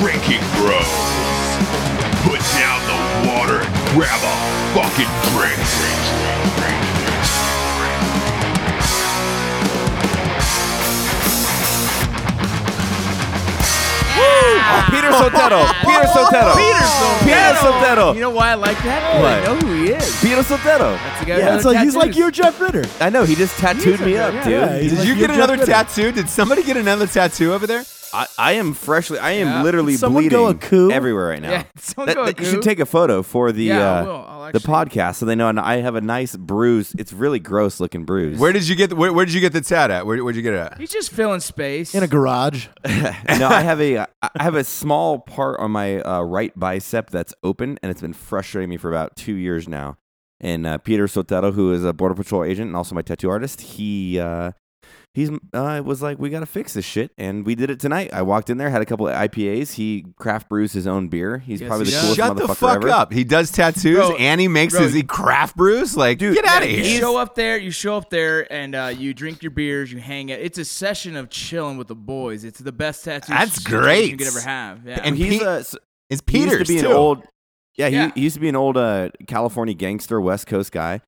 Drinking Bros. Put down the water and grab a fucking drink. Peter Sotero. Peter Sotero. Peter Peter You Sotero. know why I like that? 'Cause Why? I know who he is. Peter Sotero. That's the guy Yeah, with it's all the like, he's like tattoos. your Jeff Ritter. I know he just tattooed me up, yeah. dude. Yeah, he's He's- like Did you your get Jeff another Ritter. tattoo? Did somebody get another tattoo over there? I, I am freshly. I am Yeah. literally Did someone bleeding go a coup? everywhere right now. Yeah, someone That- go a that- you should coup. take a photo for the Yeah, I uh, will. I'll the actually- podcast so they know. And I have a nice bruise. It's really gross looking bruise. Where did you get? The, where, where did you get the tat at? Where, where'd you get it at? He's just filling space. In a garage. no, I have a uh, I have a small part on my uh, right bicep that's open, and it's been frustrating me for about two years now. And uh, Peter Sotero, who is a border patrol agent and also my tattoo artist, he uh, he's uh, was like, "We got to fix this shit," and we did it tonight. I walked in there, had a couple of IPAs. He craft brews his own beer. He's Yes, probably he the does. coolest Shut the motherfucker fuck ever. up. He does tattoos Bro, and he makes bro, his he craft brews. Like, Dude, get out of You here. show up there, you show up there, and uh, you drink your beers, you hang out. It's a session of chilling with the boys. It's the best tattoo. That's situation great. you could ever have. Yeah. Oh, And He's Pete- a s- It's he used Peter's to be an too. old yeah, Yeah. He, he used to be an old uh, california gangster west coast guy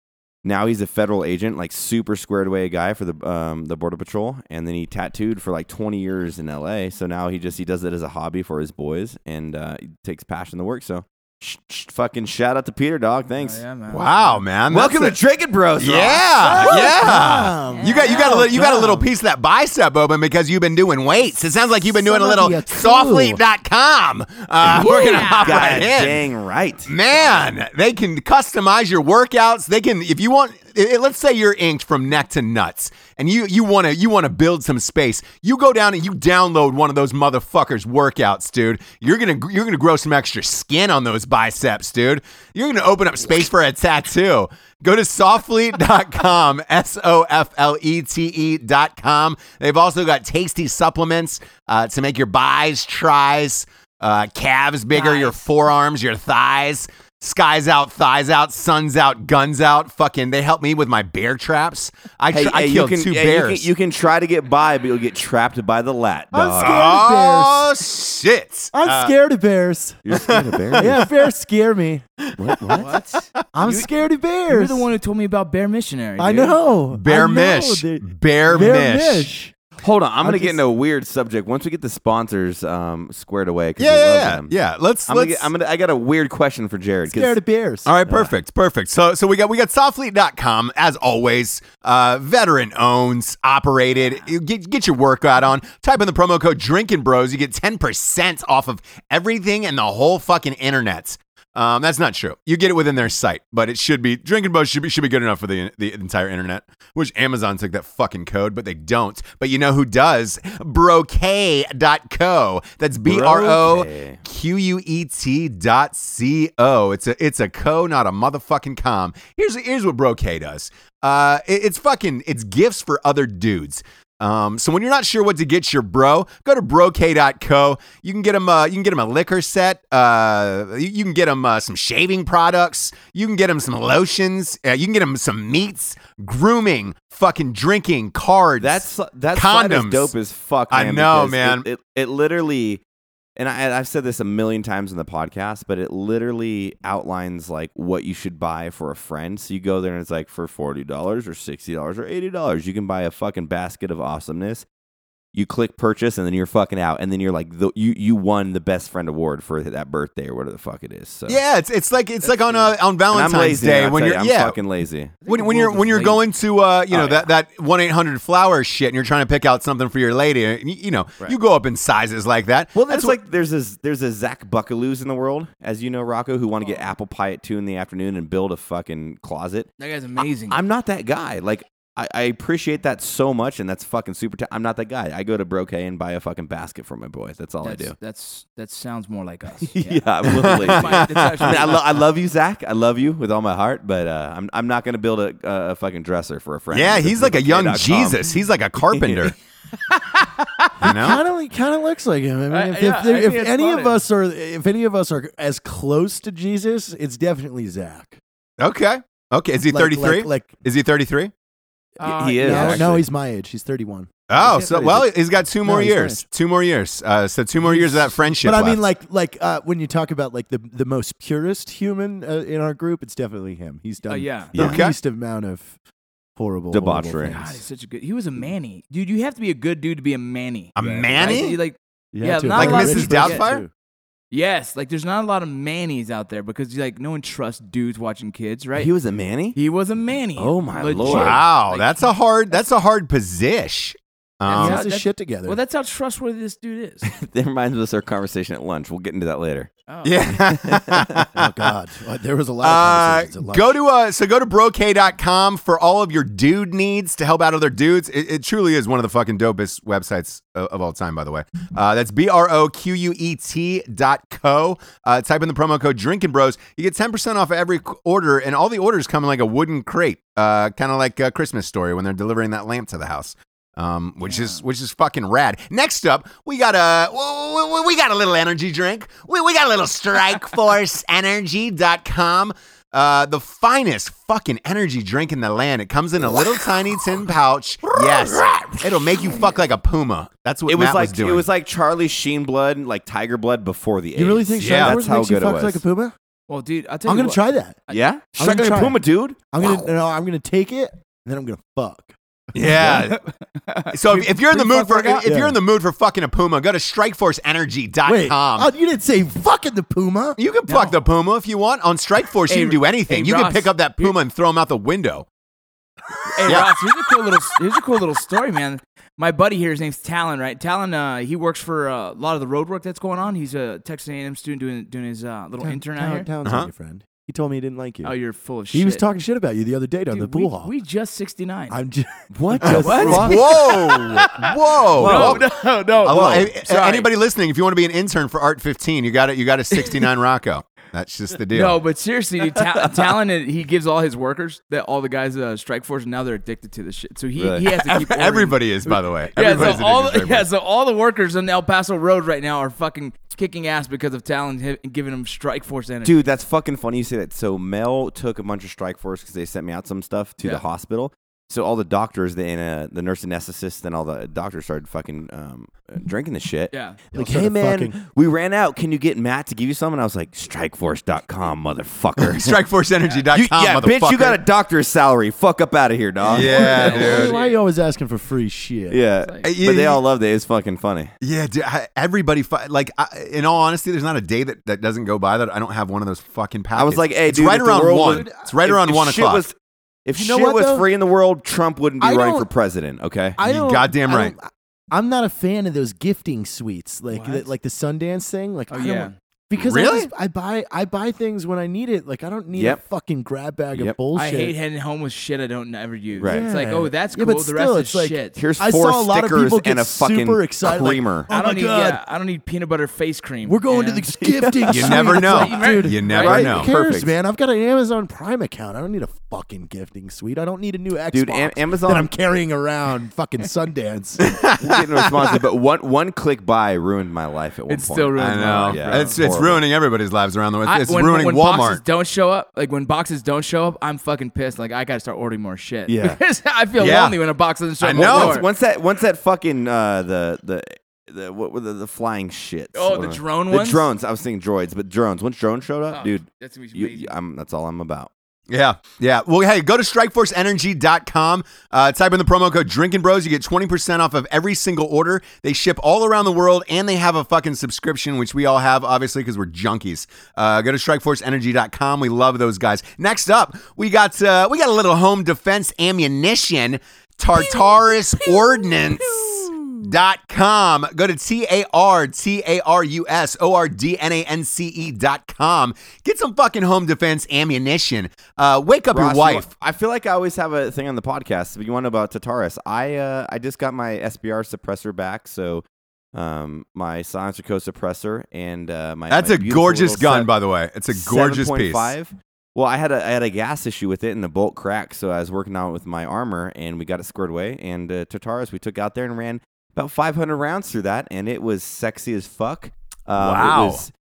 now he's a federal agent like super squared away guy for the um, the border patrol and then he tattooed for like 20 years in la so now he just he does it as a hobby for his boys and uh, he takes passion to work so sh- sh- fucking shout out to peter dog thanks Oh, yeah, man. Wow, man. That's welcome a- to drinking bros Ross. Yeah, yeah. Damn. You got you got a little, you got a little Damn. piece of that bicep open because you've been doing weights. It sounds like you've been doing a Son of little a coup. softly.com. Uh, We're gonna hop God right in. dang right Man, they can customize your workouts. They can, if you want, i- i- let's say you're inked from neck to nuts, and you you want to you want to build some space. You go down and you download one of those motherfuckers workouts, dude. You're gonna gr- you're gonna grow some extra skin on those biceps, dude. You're gonna open up space for a tattoo. Go to softfleet.com, S O F L E T E.com. They've also got tasty supplements uh, to make your buys, tries, uh, calves bigger, your forearms, your thighs. Skies out, thighs out, suns out, guns out. Fucking, they help me with my bear traps. I, Hey, tr- I hey, killed you can, two yeah, you can- bears. You can, try to get by, but you'll get trapped by the lat, I'm dog. scared. oh shit! I'm Uh, scared of bears. You're scared of bears? Yeah, bears scare me. What? what? What? I'm scared of bears. You're the one who told me about Bear Missionary. I dude. know. bear I know, mish, dude. bear, Bear mish. mish. Hold on, I'm, gonna get just- into a weird subject once we get the sponsors um, squared away. 'cause Yeah, we love yeah, yeah. them. yeah. Let's I'm gonna, let's. get, I'm gonna. I got a weird question for Jared. 'cause- Scared of bears. All right, perfect, perfect. So so we got we got softfleet.com as always. Uh, veteran owns, operated. You get get your workout on. Type in the promo code Drinking Bros. You get ten percent off of everything and the whole fucking internet. Um, that's not true. You get it within their site, but it should be Drinking Bros should be should be good enough for the the entire internet. Which Amazon took that fucking code, but they don't. But you know who does? Brocade.co. That's B R O Broquet. Q U E T dot C O. It's a it's a co, not a motherfucking com. Here's here's what Brocade does. Uh, it- it's fucking it's gifts for other dudes. Um, so when you're not sure what to get your bro, go to brocade.co. You can get them uh, you can get them a liquor set. Uh, you, you can get them uh, some shaving products. You can get them some lotions. Uh, you can get them some meats, grooming, fucking drinking, cards. That's that site is Condoms. dope as fuck. I Man, know, because man. It, it, it literally, and I, I've said this a million times in the podcast, but it literally outlines like what you should buy for a friend. So you go there and it's like for forty dollars or sixty dollars or eighty dollars, you can buy a fucking basket of awesomeness. You click purchase and then you're fucking out, and then you're like, the, you you won the best friend award for that birthday or whatever the fuck it is. So yeah, it's it's like it's like on uh, on And I'm Valentine's lazy. Day I'll when tell you're you, I'm yeah fucking lazy. when, the when you're world is when you're lazy. going to uh, you know Oh, that that one eight hundred flower shit and you're trying to pick out something for your lady, and y- you know Right. you go up in sizes like that. Well, that's what- like there's a there's a Zach Buckaloos in the world, as you know, Rocco, who want to get apple pie at two in the afternoon and build a fucking closet. That guy's amazing. I'm not that guy. Like I, I appreciate that so much, and that's fucking super. i I'm not that guy. I go to Brocade and buy a fucking basket for my boy. That's all that's, I do. That's that sounds more like us. Yeah, I'm a little lazy. Fine, it's actually- I, mean, I, lo- I love you, Zach. I love you with all my heart, but uh, I'm I'm not gonna build a, a fucking dresser for a friend. yeah, This he's is like a young brocade.com. Jesus. He's like a carpenter. you know. Kind of, kind of looks like him. I mean, I- if, yeah, if, there- I if think it's any of funny. us are, if any of us are as close to Jesus, it's definitely Zach. Okay. Okay. Is he Like- thirty three? Like, like, Is he thirty three? Uh, He is, no, actually. no, he's my age. He's thirty-one. Oh, He's so finished. well, he's got two more he's years. finished. Two more years. Uh, so two more years of that friendship. But I mean, left. like, like uh, when you talk about like the the most purest human uh, in our group, it's definitely him. He's done Oh yeah. the Okay. least amount of horrible Debauchery. Horrible God, things. he's such a good. He was a manny, dude. You have to be a good dude to be a manny. a manny. Right? You, like You Yeah, had to not have Like been a Mrs. rich person, Doubtfire? too. yes, like there's not a lot of mannies out there because like no one trusts dudes watching kids, right? He was a manny. He was a manny. Oh, my Legit. Lord. Wow, Like, that's a hard. That's a hard position. He Um, Yeah, has his that- shit together. Well, that's how trustworthy this dude is. that reminds us of our conversation at lunch. We'll get into that later. Oh. yeah. oh God, Uh, there was a lot. Uh, Of conversations at go lunch. to uh, so go to broke.com for all of your dude needs to help out other dudes. It, it truly is one of the fucking dopest websites of, of all time, by the way. Uh, that's b r o q u e t dot co. Uh, type in the promo code Drinking Bros. You get ten percent off every c- order, and all the orders come in like a wooden crate, uh, kind of like a Christmas story when they're delivering that lamp to the house. Um, which is which is fucking rad. Next up, we got a we, we- we got a little energy drink. We, we got a little strikeforceenergy.com. Uh, the finest fucking energy drink in the land. It comes in a little tiny tin pouch. Yes, it'll make you fuck like a puma. That's what It was Matt like was doing. it was like Charlie Sheen blood, like tiger blood before the. You really AIDS. think Yeah, Star that's Wars how makes you good it fuck was. like a puma? Well, dude, I'll tell I'm you gonna what. try that. yeah, I'm gonna Shotgun try it. Puma, dude. I'm gonna no, I'm gonna take it and then I'm gonna fuck. yeah. so if, if you're in the Free mood for fuck if workout? you're Yeah. in the mood for fucking a puma, go to Wait, strikeforceenergy.com. oh, you didn't say fucking the puma. You can fuck the puma if you want. On Strike Force, Hey, you can do anything. hey, you can Ross, pick up that puma and throw him out the window. Hey Yeah. Ross, here's a cool little here's a cool little story, man. My buddy here, his name's Talon, right? Talon, uh, he works for uh, a lot of the road work that's going on. He's a Texas A&M student doing doing his uh, little intern out here. Town's Uh-huh. your friend. He told me he didn't like you. Oh, you're full of shit. he was talking shit about you the other day down Dude, the pool we, hall. We just 69. I'm just What? Just what? fuck. Whoa, whoa! no, Well, no, no, uh, well, whoa, a- a- sorry. anybody listening, if you want to be an intern for Art 15, you got it. You got a 69 Rocco. That's just the deal. No, but seriously, dude, Ta- Talon, uh, he gives all his workers that all the guys uh, Strike Force, and now they're addicted to this shit. So he, Really? he has to keep ordering. Everybody is, by the way. Yeah, Everybody's so all addicted the, to yeah, Strike Force. so all the workers on El Paso Road right now are fucking kicking ass because of Talon hi- giving them Strike Force energy. Dude, that's fucking funny you say that. So Mel took a bunch of strike force because they sent me out some stuff to Yeah. the hospital. So all the doctors, the, and, uh, the nurse anesthetist, and all the doctors started fucking um, uh, drinking the shit. Yeah. Like, Y'all hey started man, fucking." we ran out. Can you get Matt to give you some? And I was like, strikeforce.com, motherfucker. StrikeForceEnergy.com, You- yeah, bitch, you motherfucker. got a doctor's salary. Fuck up out of here, dog. Yeah, why, dude. why are you always asking for free shit? Yeah. Like- Uh, you- but they all loved it. It's fucking funny. Yeah, dude, I- everybody. Fi- like, I, in all honesty, there's not a day that, that doesn't go by that I don't have one of those fucking packets. I was like, hey, it's dude, right if the around world one. was- it's right if- around if one shit o'clock. was- if You know shit what, was though? free in the world, Trump wouldn't be I running don't- for president, okay? I You don't, goddamn I right. don't- I'm not a fan of those gifting suites, like What? the, like the Sundance thing. Like, Oh, I don't yeah. want- because Really? I, just, I buy I buy things when I need it. Like, I don't need Yep. a fucking grab bag Yep. I of bullshit. I hate heading home with shit I don't ever use. Right. It's like, Yeah. oh, that's Yeah, cool. but the still, rest is it's like- shit. Here's I four saw a lot of stickers people get and a fucking super excited, like, creamer. oh I my don't need. God. Yeah, I don't need peanut butter face cream. We're going you know? to the gifting. You suite. never It's know. like, dude, you never right? know. Who cares, Perfect. man? I've got an Amazon Prime account. I don't need a fucking gifting suite. I don't need a new Xbox Dude, Am- Amazon- that I'm carrying around fucking Sundance. We're getting responsive, but one one click buy ruined my life at one It's point. still ruined. I know. Yeah, it's it's it's horrible. ruining everybody's lives around the world. I- It's ruining when Boxes Walmart. don't show up, like when boxes don't show up, I'm fucking pissed. Like I gotta start ordering more shit. Yeah. Because I feel Yeah. lonely when a box doesn't show I up. know. Once, Or- once that once that fucking uh, the the the what were the, the flying shits? Oh, the Uh, drone The ones? drones. I was thinking droids, but drones. Once drones showed up, Oh, dude, that's gonna be you, amazing. you- I'm, that's all I'm about. Yeah, yeah. Well, hey, go to strikeforceenergy.com. Uh, type in the promo code Drinking Bros. You get twenty percent off of every single order. They ship all around the world, and they have a fucking subscription, which we all have, obviously, because we're junkies. Uh, go to strikeforceenergy.com. We love those guys. Next up, we got uh, we got a little home defense ammunition, Tartarus Ordnance. Dot com. Go to T A R T A R U S O R D N A N C E dot com. Get some fucking home defense ammunition. Uh, wake up Ross, your you wife. wa- I feel like I always have a thing on the podcast. If you want to know about Tataris, I uh, I just got my SBR suppressor back, so um, my silencer co suppressor and uh, my That's my a beautiful gorgeous little gun, set- by the way. It's a gorgeous piece. 7.5. Well, I had a I had a gas issue with it, and the bolt cracked. So I was working out with my armor, and we got it squared away. And uh, Tartarus, we took out there and ran about 500 rounds through that, and it was sexy as fuck. Um, Wow. It was,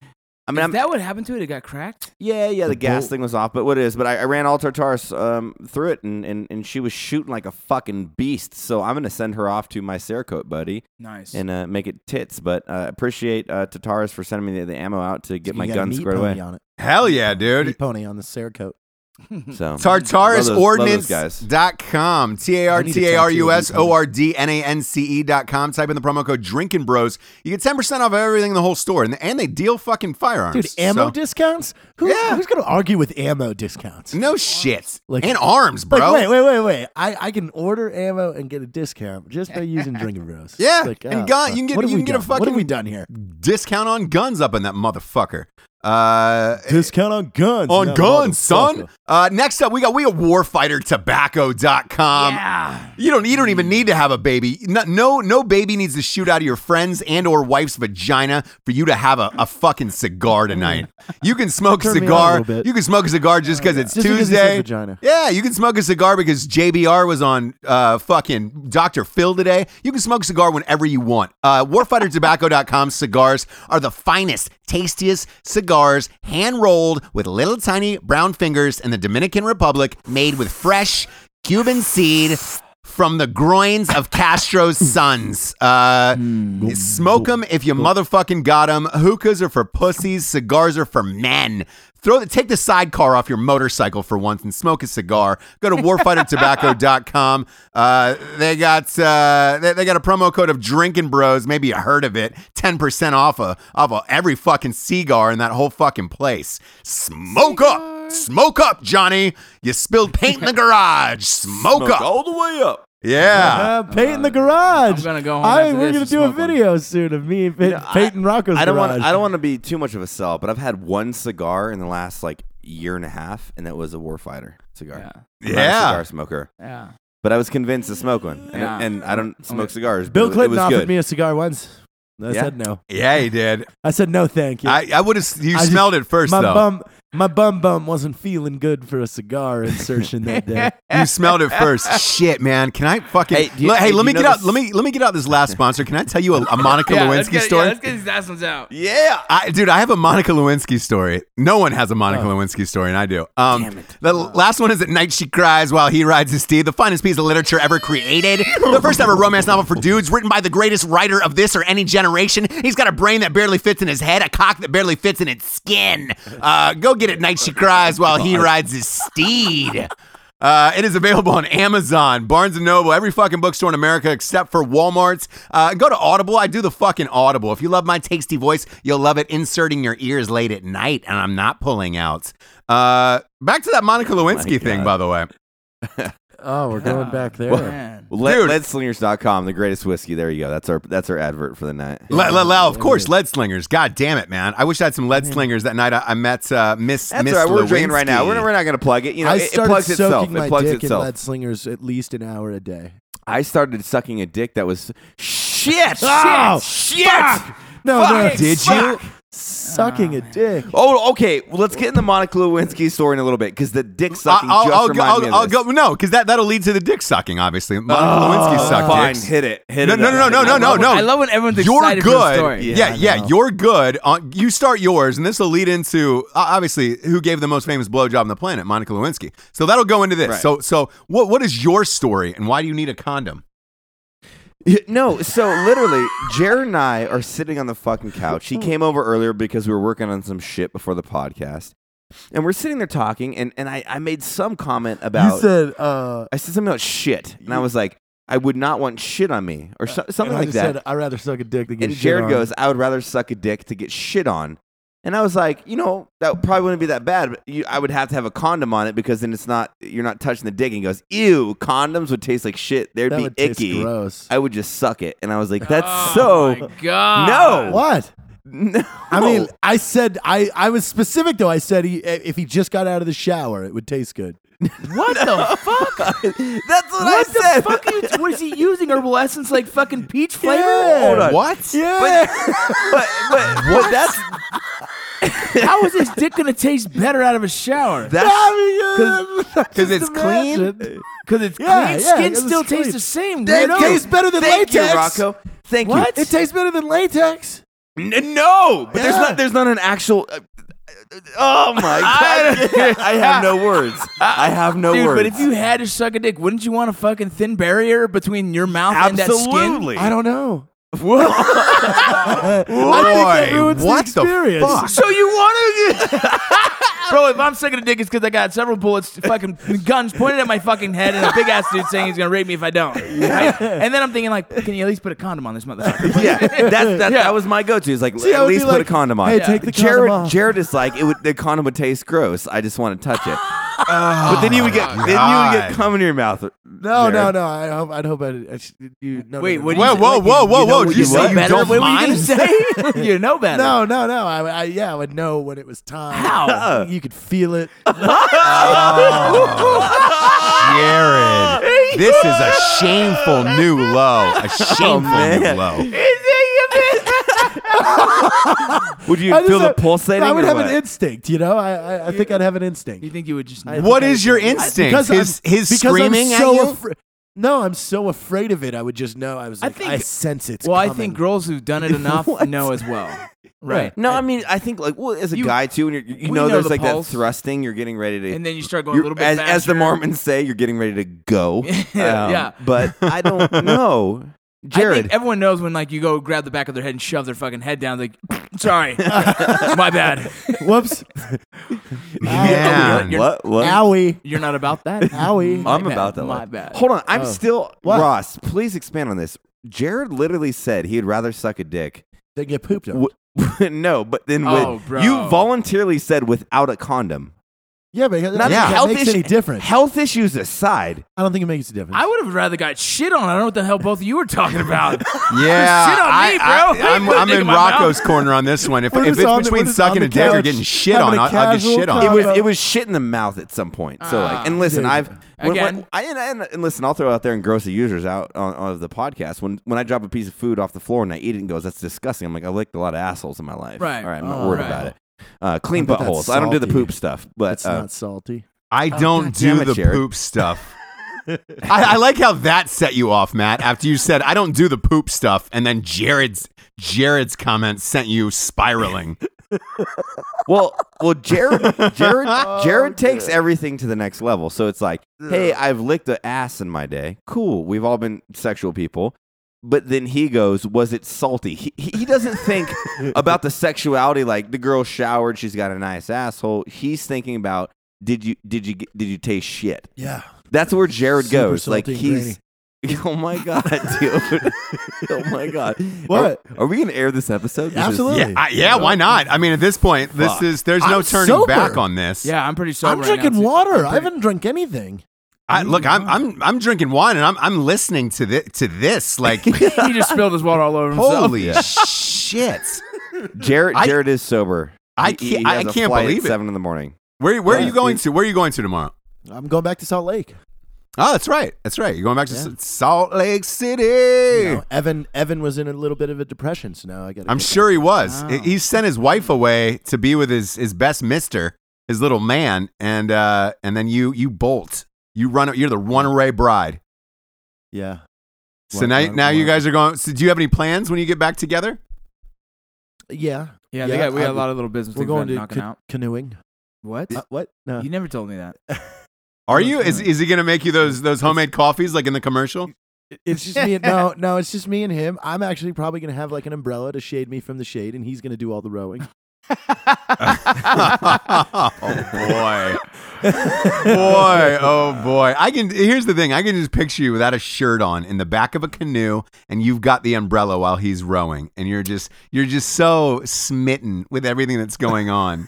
I mean, I'm, that what happened to it? It got cracked. yeah, yeah, the, The gas bolt. thing was off, but what it is, but I, I ran all Tartaris um, through it, and, and, and she was shooting like a fucking beast. So I'm gonna send her off to my Cerakote buddy Nice. and uh, make it tits. But uh, appreciate uh, Tartaris for sending me the, the ammo out to get You my got a gun meat squared pony away. On it. Hell yeah, dude. Meat pony on the Cerakote. So Love those- love those guys. TartarisOrdinance.com. T A R I need to T A R U S talk to you O R D N A N C E.com. Type in the promo code Drinking Bros. You get 10% off everything in the whole store. And, and they deal fucking firearms. Dude, ammo So- discounts? Who, Yeah. Who's going to argue with ammo discounts? No shit. Like- and arms, Mm, bro. Like, wait, wait, wait, wait. I, I can order ammo and get a discount just by using Drinking Bros. Yeah, It's like, and ah, gun- fuck. you can get- What have you we can get a done? What have fucking- we done here? Discount on guns up in that motherfucker. Uh, Discount on guns. on no, motherfucker. guns, son. Uh, next up, we got we got warfightertobacco.com. yeah. You don't you don't Mm. even need to have a baby. No no, no baby needs to shoot out of your friend's and or wife's vagina for you to have a, a fucking cigar tonight. You can smoke a Turn me on a cigar. little bit. Oh, You can smoke a cigar just because it's Just because he said Tuesday. vagina. Yeah, you can smoke a cigar because JBR was on uh, fucking Dr. Phil today. You can smoke a cigar whenever you want. Uh, WarfighterTobacco.com cigars are the finest, tastiest cigars, hand rolled with little tiny brown fingers in the Dominican Republic, made with fresh Cuban seed from the groins of Castro's sons. Uh, Smoke them if you motherfucking got them. Hookahs are for pussies. Cigars are for men. Throw the, take the sidecar off your motorcycle for once and smoke a cigar. Go to warfightertobacco.com. Uh, they got uh, they, they got a promo code of Drinking Bros. Maybe you heard of it. Ten percent off of off of every fucking cigar in that whole fucking place. Smoke up, smoke up, Johnny. You spilled paint in the garage. Smoke, up. all the way up. Uh, Yeah. paint in the garage. I'm gonna go home I- after this we're gonna and do a smoke one. video soon of me and Pey- Peyton Rocco's I don't want. garage. I don't want to be too much of a sell, but I've had one cigar in the last like year and a half, and that was a Warfighter cigar. Yeah. I'm not a Yeah. cigar smoker. Yeah. But I was convinced to smoke one, and, Yeah. and I don't smoke cigars. but Bill it- it Clinton was offered good. me a cigar once. I Yeah? said no. Yeah, he did. I said no, thank you. I, I would have. You I just- smelled it first, my though. bum, my bum bum wasn't feeling good for a cigar insertion that day. You smelled it first. Shit, man. Can I fucking? Hey, Hey, do you- hey hey, let do me you get know out. this- Let me let me get out this last sponsor. Can I tell you a, a Monica yeah, let's Lewinsky get, story? Yeah, let's get these last ones out. Yeah. I, dude, I have a Monica Lewinsky story. No one has a Monica Lewinsky story, and I do. Um, The last one is At Night She Cries While He Rides His Steed, the finest piece of literature ever created. The first ever romance novel for dudes, written by the greatest writer of this or any generation. He's got a brain that barely fits in his head, a cock that barely fits in its skin. Uh, go get At Night She Cries While He Rides His Steed. Uh, it is available on Amazon, Barnes and Noble, every fucking bookstore in America except for Walmart's. Uh, go to Audible. I do the fucking Audible. If you love my tasty voice, you'll love it inserting your ears late at night, and I'm not pulling out. Uh, back to that Monica Lewinsky thing, Oh God. by the way. Oh, we're going back there. Man. Le- Dude. Leadslingers.com, the greatest whiskey. There you go. That's our that's our advert for the night. Le- le- le- of course, lead slingers. God damn it, man. I wish I had some lead slingers that night. I, I met uh, Miss That's Miss all right. We're Lewinsky. drinking right now. We're, we're not going to plug it. You know, I it, it started plugs soaking itself. my It plugs dick itself. in lead slingers at least an hour a day. I started sucking a dick that was shit. Oh, shit. No, no, Fuck, did fuck. you sucking a dick? Oh, okay. Well, let's get in the Monica Lewinsky story in a little bit because the dick I- sucking I'll, just I'll go, reminded me of I'll, I'll this. go. No, because that, that'll lead to the dick sucking, obviously. Monica Lewinsky sucked Oh, Fine, dicks. hit it. Hit No, it. no, up. no, no, no, no, no. I love when everyone's you're excited for the good. story. Yeah, yeah, you're good. On, you start yours, and this will lead into uh, obviously who gave the most famous blowjob on the planet, Monica Lewinsky. So that'll go into this. Right. So, so what what is your story, and why do you need a condom? Yeah, No, so literally, Jared and I are sitting on the fucking couch. He came over earlier because we were working on some shit before the podcast. And we're sitting there talking, and, and I, I made some comment about. You said, uh, I said something about shit. And I was like, I would not want shit on me, or so, Uh, and something I like just that. said, I'd rather suck a dick than get and shit Jared on." goes, I would rather suck a dick to get shit on. And I was like, you know, that probably wouldn't be that bad, but you, I would have to have a condom on it because then it's not, you're not touching the dick. And he goes, ew, condoms would taste like shit. They'd that be would taste icky. gross. I would just suck it. And I was like, that's Oh so. my God. No. What? No. I mean, I said I, I was specific though. I said he, if he just got out of the shower, it would taste good. What the fuck? that's what, I What the said. fuck? Are you, what is he using? Herbal essence, like fucking peach flavor? Yeah. on. What? But, but, but, but that's, How is his dick gonna taste better out of a shower? that's, Because it's clean. Because it's Yeah, clean. yeah, Skin it was still tastes clean. the same. It weirdo. tastes better than thank latex. you, Rocco. Thank What? you. It tastes better than latex. N- no, but there's Yeah. not. There's not an actual. uh, uh, oh my god! I have no words. I have no Dude, words. but if you had to suck a dick, wouldn't you want a fucking thin barrier between your mouth and that absolutely, I don't know. Boy, what the fuck? skin? So you want to, bro? If I'm sucking a dick, it's because I got several bullets, fucking guns pointed at my fucking head, and a big ass dude saying he's gonna rape me if I don't. Right? And then I'm thinking like, can you at least put a condom on this motherfucker? yeah, that's that, that was my go-to. Is like See, I at would be least put a like, condom on. "Hey, Yeah. take the condom Jared, off." Jared is like it would. The condom would taste gross. I just want to touch it. but then you would get then you would Oh, God. get cum in your mouth. No, Jared. no, no. I hope. I'd hope I. I sh- you, no, Wait, no, no, what no. do Whoa, you- whoa, like, whoa, whoa, you know whoa! Did you better? say you What don't were you gonna mind? say? you know better. No, no, no. I, I, yeah, I would know when it was time. How? You could feel it. Jared, this is a shameful new low. Oh, A shameful new man. low. Would you I just feel the have- pulsating? I would or have what? an instinct. You know, I, I, I think I'd have an instinct. You think you would just? What is your instinct? Because His I'm, his because screaming I'm so at you. afra- no, I'm so afraid of it. I would just know. I was I like, I, think- sense it's Well, I coming. think girls who've done it enough What? know as well. Right. No, I mean, I think like well, as a You- guy too, and you're, you we know, know there's the like pulse. that thrusting. You're getting ready to, And then you start going a you're- little bit as, as the faster. Mormons say, you're getting ready to go. Um, Yeah. but I don't know, I Jared. think everyone knows when like you go grab the back of their head and shove their fucking head down. Like, sorry, my bad. Whoops. Man. you're- what? What? Owie. You're not about that. Owie. My I'm bad, about that. My life. bad. Hold on, I'm still What? Ross. Please expand on this. Jared literally said he'd rather suck a dick. They get pooped on. W- no, but then with, Oh, bro. you voluntarily said without a condom. yeah, but I don't Not think Yeah. that health makes issue- any difference. Health issues aside, I don't think it makes a difference. I would have rather got shit on. I don't know what the hell both of you were talking about. Yeah, Shit on me, I, bro. I, am Put a dick in in my mouth. Rocco's corner on this one. If, We're if just it's on the- between we're just on sucking the a dick or couch, getting shit on, having a I'll, I'll just casual shit it on. talk. was Uh, it was shit in the mouth at some point. So Ah, like, and listen, dude. I've when, Again. when- I, and, and, and listen, I'll throw out there and gross the users out on, on the podcast. When when I drop a piece of food off the floor and I eat it and it goes, that's disgusting. I'm like, I licked a lot of assholes in my life. Right. All right, I'm not Oh, worried right. about it. Uh, clean I bet that's buttholes. I don't do the salty. poop stuff, but It's uh, not salty. I don't damn do it, the Jared. poop stuff. I, I like how that set you off, Matt. After you said I don't do the poop stuff, and then Jared's Jared's comment sent you spiraling. Well, well, Jared, Jared, Oh, Jared takes everything to the next level. So it's like, hey, I've licked the ass in my day. Cool. We've all been sexual people. But then he goes, was it salty? He, he he doesn't think about the sexuality. Like the girl showered, she's got a nice asshole. He's thinking about did you did you get- did you taste shit? Yeah. That's where Jared Super goes. Like salty and he's. Oh my god, dude! oh my god! What? are, are we gonna air this episode? This is- Absolutely. yeah, I, yeah. Why not? I mean, at this point, this Fuck. is there's no I'm turning sober. back on this. Yeah, I'm pretty sober. I'm right drinking now, too. water. I'm I pretty- haven't drunk anything. I, look, I'm I'm I'm drinking wine and I'm I'm listening to this to this like he just spilled his water all over himself. holy shit. Jared, I- Jared is sober. I He- can't- he has I a can't flight at believe it. Seven in the morning. Where where are Yeah, you going dude. to? Where are you going to tomorrow? I'm going back to Salt Lake. Oh, that's right. That's right. You're going back to Yeah. S- Salt Lake City. You know, Evan Evan was in a little bit of a depression, so now I got. I'm sure he was. He- He sent his wife away to be with his, his best mister, his little man, and uh, and then you you bolt. You run. You're the runaway bride. Yeah. So Run- now run- now run- you guys are going. So do you have any plans when you get back together? Yeah. Yeah, they got, we I- got a lot of little business We're things going to to knocking ca- out. canoeing. What? Uh, what? No. you never told me that. Are you? Is is he gonna make you those those homemade coffees like in the commercial? It's just me. And, no, no, it's just me and him. I'm actually probably gonna have like an umbrella to shade me from the shade, and he's gonna do all the rowing. oh boy. boy, oh boy. I can here's the thing. I can just picture you without a shirt on in the back of a canoe and you've got the umbrella while he's rowing and you're just you're just so smitten with everything that's going on.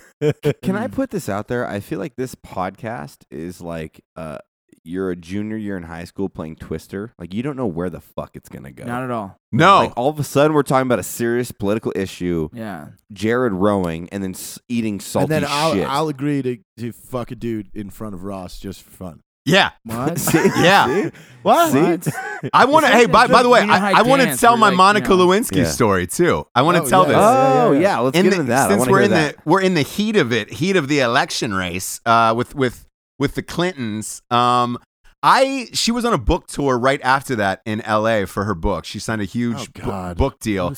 Can I put this out there? I feel like this podcast is like uh, you're a junior year in high school playing Twister. Like you don't know where the fuck it's gonna go. Not at all. No. Like, all of a sudden, we're talking about a serious political issue. Yeah. Jared rowing and then s- eating and salty then I'll, shit. I'll agree to, to fuck a dude in front of Ross just for fun. yeah. What? See? Yeah. See? What? See? I want to It's hey, like by, the by the way, junior high I, I want to dance tell where, my like, you Monica know- Lewinsky Yeah. story too. I want to Oh, tell yeah. this. Oh yeah, yeah. yeah, let's in get the- into that. Since I we're in that. the we're in the heat of it, heat of the election race uh, with with with the Clintons. Um, I she was on a book tour right after that in L.A. for her book. She signed a huge Oh, bu- God. book deal. I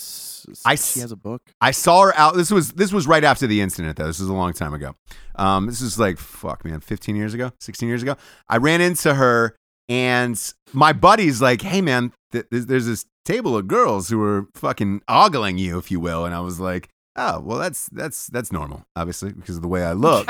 s- she has a book. I saw her out. This was this was right after the incident though. This was a long time ago. Um, this is like fuck, man, fifteen years ago, sixteen years ago. I ran into her, and my buddy's like, "Hey, man, th- th- there's this table of girls who are fucking ogling you, if you will." And I was like, "Oh, well, that's that's that's normal, obviously, because of the way I look."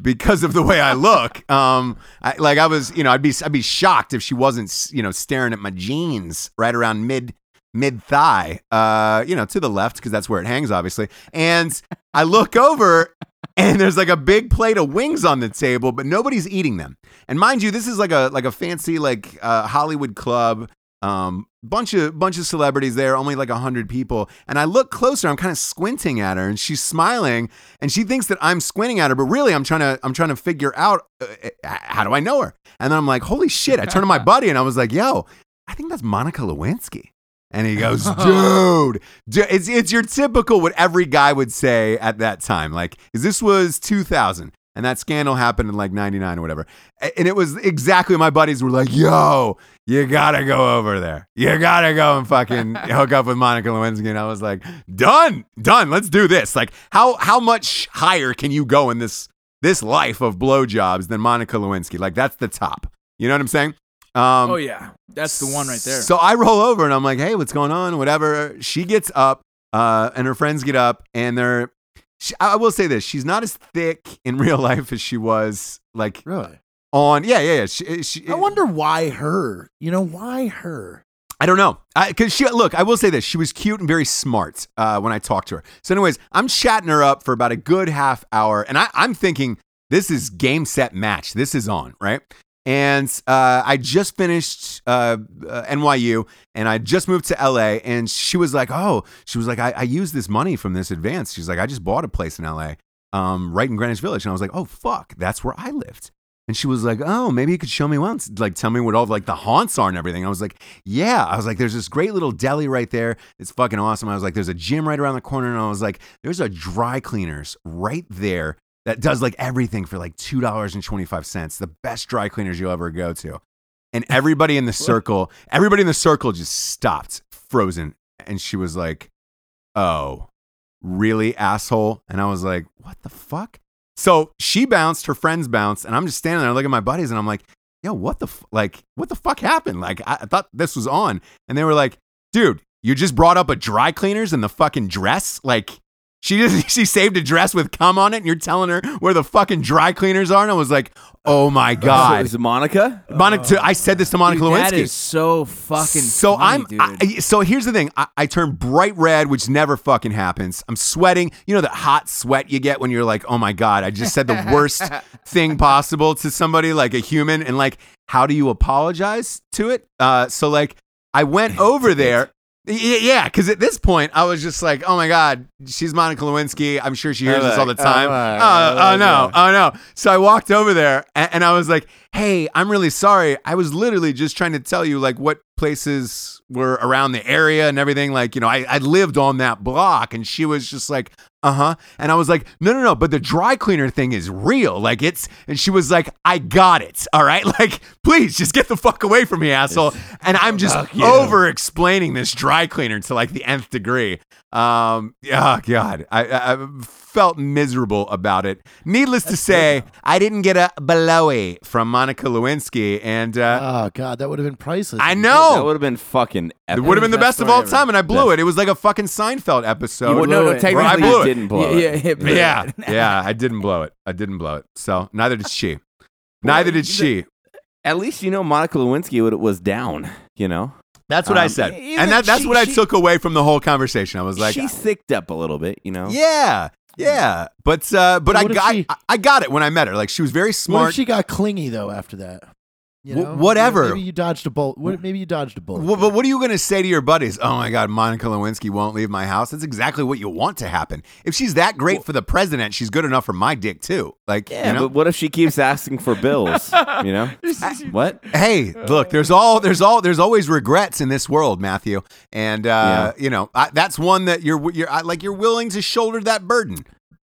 because of the way I look. Um, I, like I was, you know, I'd be I'd be shocked if she wasn't, you know, staring at my jeans right around mid mid thigh, uh, you know, to the left because that's where it hangs, obviously. And I look over. And there's like a big plate of wings on the table, but nobody's eating them. And mind you, this is like a like a fancy like uh, Hollywood club, um, bunch of bunch of celebrities there, only like hundred people. And I look closer, I'm kind of squinting at her, and she's smiling, and she thinks that I'm squinting at her, but really I'm trying to I'm trying to figure out uh, uh, how do I know her? And then I'm like, holy shit! I turn to my buddy and I was like, yo, I think that's Monica Lewinsky. And he goes, dude, du- it's it's your typical what every guy would say at that time. Like, is this was 2000, and that scandal happened in like 99 or whatever. A- And it was exactly my buddies were like, yo, you gotta go over there. You gotta go and fucking hook up with Monica Lewinsky. And I was like, done, done. Let's do this. Like, how how much higher can you go in this this life of blowjobs than Monica Lewinsky? Like, that's the top. You know what I'm saying? Um, oh yeah, that's the one right there. so I roll over and I'm like, hey, what's going on? Whatever. She gets up, uh, and her friends get up, and they're. She, I will say this: she's not as thick in real life as she was like Really? on. Yeah, yeah, yeah. She, she, I wonder why her. You know why her? I don't know. Because she, look, I will say this. She was cute and very smart uh, when I talked to her. So, anyways, I'm chatting her up for about a good half hour. And I, I'm thinking, this is game, set, match. This is on, right? And uh, I just finished uh, uh, NYU and I just moved to LA. And she was like, oh, she was like, I, I used this money from this advance. She's like, I just bought a place in LA um, right in Greenwich Village. And I was like, oh, fuck, that's where I lived. And she was like, oh, maybe you could show me once, like tell me what all like the haunts are and everything. I was like, yeah. I was like, there's this great little deli right there. It's fucking awesome. I was like, there's a gym right around the corner. And I was like, there's a dry cleaners right there that does like everything for like $2.25. The best dry cleaners you'll ever go to. And everybody in the circle, everybody in the circle just stopped, frozen. And she was like, oh, really, asshole? And I was like, what the fuck? So she bounced, her friends bounced, and I'm just standing there looking at my buddies, and I'm like, yo, what the, f- like, what the fuck happened? Like, I, I thought this was on. And they were like, dude, you just brought up a dry cleaners and the fucking dress? Like, she just, she saved a dress with cum on it, and you're telling her where the fucking dry cleaners are? And I was like, oh my So God. is it Monica? Monica, I said this to Monica Dude, Lewinsky. That is so fucking. So funny, I'm. dude. I, so here's the thing. I, I turn bright red, which never fucking happens. I'm sweating. You know that hot sweat you get when you're like, oh my god, I just said the worst thing possible to somebody like a human, and like, how do you apologize to it? Uh, so like, I went over there. Y- y- Yeah, because at this point I was just like, "Oh my God, she's Monica Lewinsky. I'm sure she hears this all the time." my- Oh, oh oh no, oh no. So I walked over there and, and I was like, hey, I'm really sorry. I was literally just trying to tell you like what places were around the area and everything. Like, you know, I, I lived on that block and she was just like, uh huh. And I was like, no, no, no, but the dry cleaner thing is real. Like, it's, and she was like, I got it. All right. Like, please just get the fuck away from me, asshole. And I'm just over explaining this dry cleaner to like the nth degree. Um, oh God, I, I I felt miserable about it. Needless to say, I didn't get a blowy from Monica Lewinsky, and uh, Oh God, that would have been priceless. I That know would have been fucking. it Epic. would have been the best of all story ever. time, and I blew it. It was like a fucking Seinfeld episode. You, no, blew no, it. Bro, I technically blew you it. didn't blow yeah, it. yeah, hit me. yeah, yeah, I didn't blow it. I didn't blow it. So neither did she. Neither did she. At least you know Monica Lewinsky would- was down. You know, That's what I said, even Um, and that, that's she- what I she- took away from the whole conversation. I was like, she sicked up a little bit. You know, yeah. Yeah, but uh, but But I what if got she- I, I got it when I met her. Like she was very What smart. if she got clingy though after that? You Wh- know? whatever. Maybe you dodged a bullet. What, maybe you dodged a bullet. Well, but what are you going to say to your buddies? Oh my God, Monica Lewinsky won't leave my house. That's exactly what you want to happen. If she's that great for the president, she's good enough for my dick too. Like, you Yeah, know? but what if she keeps asking for bills? you know, what? hey, look, there's all, there's all, there's always regrets in this world, Matthew, and uh, you know I, that's one that you're, you're I, like you're willing to shoulder that burden.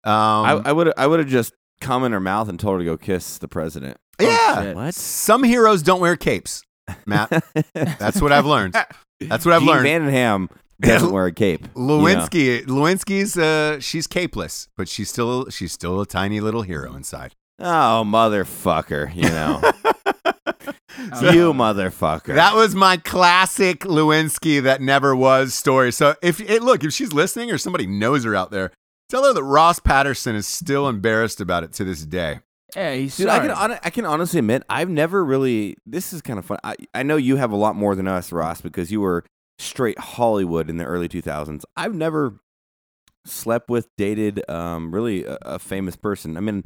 Um, I would I would have just come in her mouth and told her to go kiss the president. yeah. Oh, What? Some heroes don't wear capes, Matt. That's what I've learned. That's what I've Gene learned. Vandenham doesn't wear a cape. you know? Lewinsky, Lewinsky's uh, she's capeless, but she's still she's still a tiny little hero inside. Oh, motherfucker, you know. Uh, you motherfucker. That was my classic Lewinsky that never was story. So if it, look, if she's listening or somebody knows her out there, tell her that Ross Patterson is still embarrassed about it to this day. Yeah, he's Dude, I sorry. can hon- I can honestly admit I've never really. This is kind of fun. I I know you have a lot more than us, Ross, because you were straight Hollywood in the early 2000s. I've never slept with, dated, um, really a, a famous person. I mean,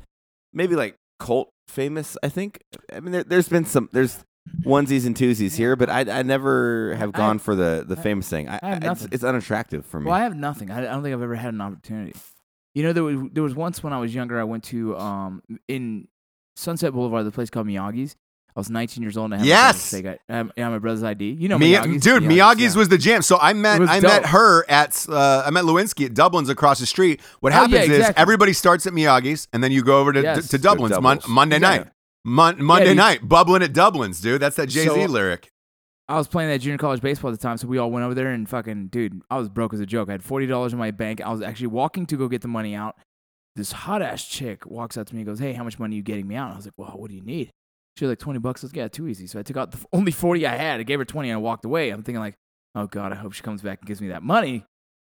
maybe like cult famous. I think. I mean, there, there's been some. There's onesies and twosies here, but I I never have I- gone for the the famous thing. I, I have it's, nothing. it's unattractive for me. Well, I have nothing. I, I don't think I've ever had an opportunity. You know, there was there was once when I was younger. I went to um in Sunset Boulevard, the place called Miyagi's. I was 19 years old. and I had Yes! my brother's, I, I, had my brother's ID. You know, Mi- Miyagi's, dude, Miyagi's, Miyagi's, yeah. was the jam. So I met It was I dope. met her at uh, I met Lewinsky at Dublin's across the street. What Oh, yeah, happens is exactly. everybody starts at Miyagi's and then you go over to Yes. to Dublin's Go mon- Doubles. Monday Yeah. night. Mon- Monday you- night, bubbling at Dublin's, dude. That's that Jay Z So- lyric. I was playing that junior college baseball at the time, so we all went over there and fucking dude, I was broke as a joke. I had forty dollars in my bank. I was actually walking to go get the money out. This hot ass chick walks up to me and goes, "Hey, how much money are you getting me out?" And I was like, "Well, what do you need?" She was like, 20 bucks. Let's get it too easy." So I took out the only forty I had. I gave her twenty and I walked away. I'm thinking like, "Oh god, I hope she comes back and gives me that money."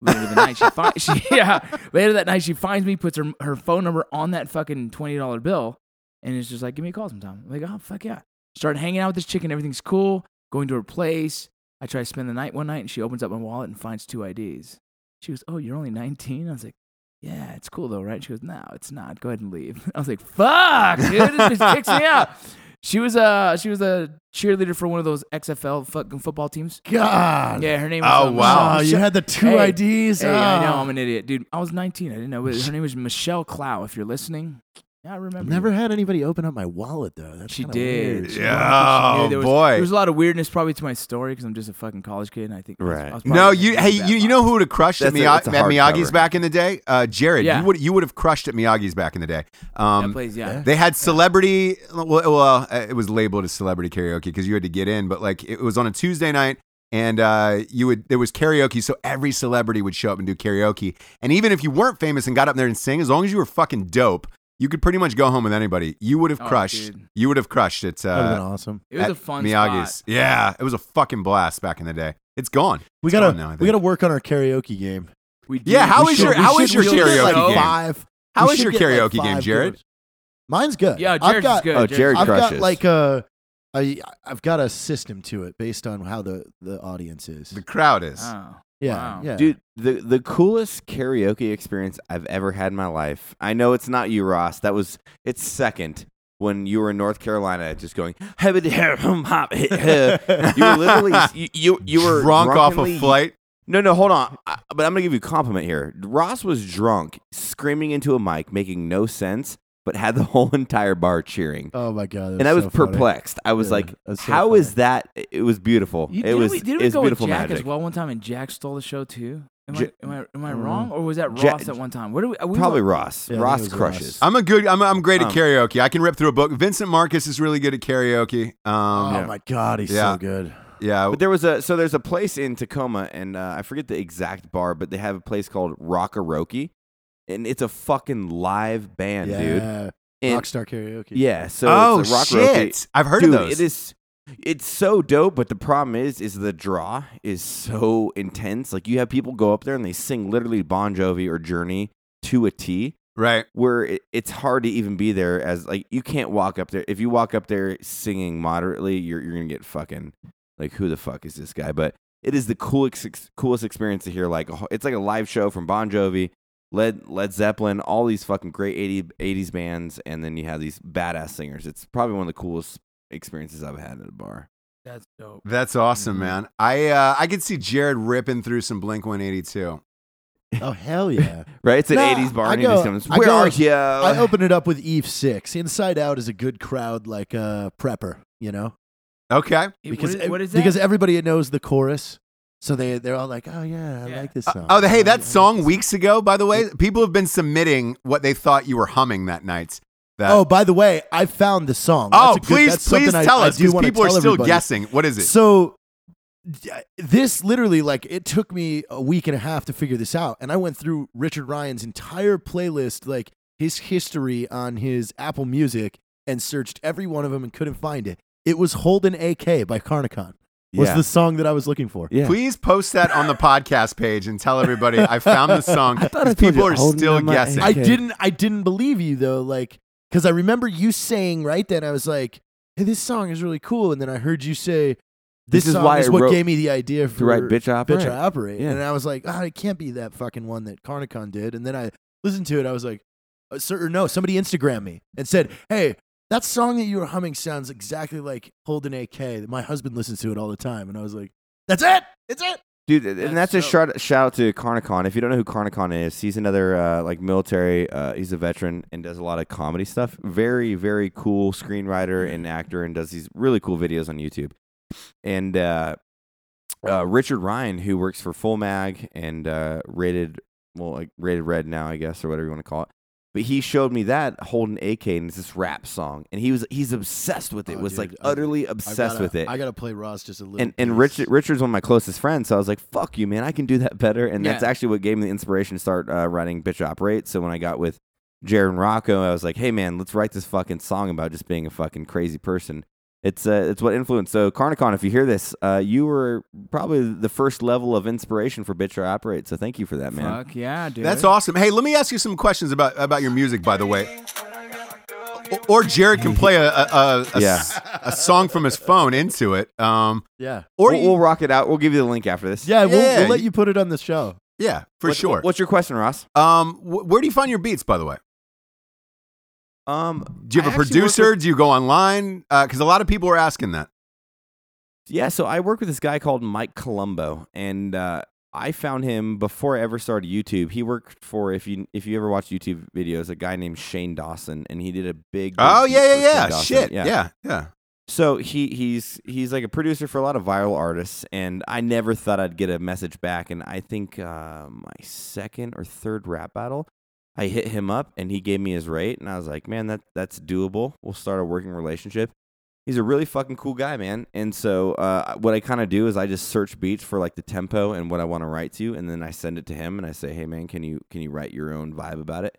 Later that night, she, finds she yeah. Later that night, she finds me, puts her her phone number on that fucking twenty dollar bill, and it's just like, "Give me a call sometime." I'm like, "Oh fuck yeah." Started hanging out with this chick and everything's cool. Going to her place. I try to spend the night one night and she opens up my wallet and finds two IDs. She goes, Oh, you're only 19? I was like, Yeah, it's cool though, right? She goes, No, it's not. Go ahead and leave. I was like, Fuck, dude, this just kicks me out. She was a she was a cheerleader for one of those XFL fucking football teams. God. Yeah, her name. Was, Oh, uh, wow. Oh, Michelle- you had the two Hey, IDs. Hey, I know Ah. I'm an idiot, dude. I was 19. I didn't know it. her name was Michelle Clow. If you're listening, yeah, I I've remember. never you. had anybody open up my wallet though. That's She kinda did. weird. She- Yeah, I don't think she knew. oh, there was, boy. There was a lot of weirdness probably to my story because I'm just a fucking college kid, and I think I was- I Right. was probably No, in a you really hey, bad you, you vibe. know who would have crushed at, That's a- Miyagi, that's a at hard Miyagi's cover. back in the day? Uh, Jared, Yeah. you would you would have crushed at Miyagi's back in the day. Um, that plays, yeah. They had celebrity. Well, well, uh, it was labeled as celebrity karaoke because you had to get in, but like it was on a Tuesday night, and uh, you would there was karaoke, so every celebrity would show up and do karaoke. And even if you weren't famous and got up there and sing, as long as you were fucking dope, you could pretty much go home with anybody. You would have Oh, crushed. dude. you would have crushed it. That would have Uh, been awesome. It was at a fun Miyagi's. spot. Yeah, it was a fucking blast back in the day. It's gone. We It's gotta gone now, I think. we gotta work on our karaoke game. We did- Yeah, how We is should- your we how should- is your we should get, karaoke like, game? Five. How we is should your get, like, karaoke game, five Jared? good. Mine's good. Yeah, I've Jared's got Oh, good. Jared's Jared I've got crushes. like a, a I've got a system to it based on how the the audience is. The crowd is. Oh. yeah, wow. yeah. Uh, Dude, the the coolest karaoke experience I've ever had in my life. I know it's not you, Ross. That was it's second when you were in North Carolina, just going "Habba-dee, hum, hum, hop, hit, huh." You were literally you you, you were drunk off drunkenly- a flight. No, no, hold on. I, but I'm gonna give you a compliment here. Ross was drunk, screaming into a mic, making no sense, but had the whole entire bar cheering. Oh my god. and I was so funny. perplexed. I was Yeah, like, "How that's is so funny. that?" It was beautiful. You- it didn't was we, didn't it we was go beautiful with Jack magic. as well one time, and Jack stole the show too. Am, Ja- I, am I am I I don't wrong, or was that Ja- Ross at one time? Where do we? we Probably were- Ross. Yeah, I think it Ross was Ross. crushes. I'm a good. I'm. I'm great at Um, karaoke. I can rip through a book. Vincent Marcus is really good at karaoke. Um, Oh my god, he's Yeah. so good. yeah. But there was a so there's a place in Tacoma, and uh, I forget the exact bar, but they have a place called Rockaroki, and it's a fucking live band, dude. yeah. And- Rockstar karaoke. yeah, so oh it's a Rock shit! I've heard dude, of those. it is. It's so dope, but the problem is, is the draw is so intense. Like you have people go up there and they sing literally Bon Jovi or Journey to a T, right. where it, it's hard to even be there. As like you can't walk up there. If you walk up there singing moderately, you're you're gonna get fucking like who the fuck is this guy? But it is the coolest ex- coolest experience to hear. Like a ho- it's like a live show from Bon Jovi, Led Led Zeppelin, all these fucking great 80, 80s bands, and then you have these badass singers. It's probably one of the coolest experiences I've had at a bar. That's dope. That's awesome, Mhm. Mm-hmm. man. I uh, I could see Jared ripping through some Blink 182. Oh hell yeah. Right? It's an Nah, 80s bar, I and he just go- comes, I "Where go- are you?" Oh. I open it up with Eve Six. Inside Out is a good crowd like uh prepper, you know? Okay. Uh, It- Because what is, what is that? because everybody knows the chorus. So they they're all like, Oh yeah, I Yeah. like this Uh, song. oh, the, hey, Yeah, I that like song this weeks ago, by the way, people have been submitting what they thought you were humming that night. That. Oh, by the way, I found the song. Oh, That's a good- please, that's please something I- tell I us do because wanna people are tell still everybody. guessing. What is it? So yeah, this literally like it took me a week and a half to figure this out and I went through Richard Ryan's entire playlist like his history on his Apple Music and searched every one of them and couldn't find it. It was Holden AK by Carnicon. Was yeah. the song that I was looking for. yeah. Please post that on the podcast page and tell everybody I found the song. I thought I 'cause told people you, are holding still on my guessing. ankle. I Okay. didn't I didn't believe you though, like because I remember you saying right then I was like, "Hey, this song is really cool," and then I heard you say, "This, This is song why is I what wrote- gave me the idea for to write bitch bitch operate. I operate," Yeah. and I was like, "Ah, it can't be that fucking one that Carnicon did." And then I listened to it, I was like, uh, "Sir, or no, somebody Instagrammed me and said, "Hey." That song that you were humming sounds exactly like Holden AK. My husband listens to it all the time. And I was like, that's it. It's it. dude and That's that's a dope. shout, shout out to Carnicon. if you don't know who Carnicon is he's another uh, like military uh, he's a veteran and does a lot of comedy stuff very very cool screenwriter Mm-hmm. and actor and does these really cool videos on youtube and uh, uh, richard ryan who works for full mag and uh, rated well like rated red now i guess or whatever you want to call it but he showed me that holding AK and it's this rap song, and he was he's obsessed with it. Oh, was like dude, I- utterly I obsessed gotta- with it I got to play Ross just a little and and piece. Richard Richard's one of my closest friends, so I was like, "Fuck you, man! I can do that better." And that's Yeah. actually what gave me the inspiration to start uh, writing "Bitch Operate." So when I got with Jared and Rocco, I was like, "Hey, man, let's write this fucking song about just being a fucking crazy person." It's uh, it's what influenced. So Carnicon, if you hear this, uh, you were probably the first level of inspiration for "Bitch Operate." So thank you for that, man. Fuck yeah, dude. That's awesome. Hey, let me ask you some questions about about your music, by the way. O- Or Jared can play a a, a, a Yeah. s- a song from his phone into it. Um, Yeah. or we'll, you- we'll rock it out. We'll give you the link after this. Yeah, We'll, Yeah, we'll let you- you put it on the show. yeah, for What- sure. What's your question, Ross? um, wh- where do you find your beats, by the way? Um, Do you have I a actually work with- producer? do you go online? Because a lot of people are asking that. Yeah, so I work with this guy called Mike Colombo, and uh, I found him before I ever started YouTube. He worked for if you if you ever watch YouTube videos, a guy named Shane Dawson, and he did a big. big Oh beat yeah, for Shane yeah, yeah. Dawson. Shit, yeah, yeah. So he he's he's like a producer for a lot of viral artists, and I never thought I'd get a message back. And I think uh, my second or third rap battle, I hit him up, and he gave me his rate, and I was like, man, that that's doable. We'll start a working relationship. He's a really fucking cool guy, man. And so uh, what I kind of do is I just search beats for like the tempo and what I want to write to, and then I send it to him, and I say, hey man, can you can you write your own vibe about it?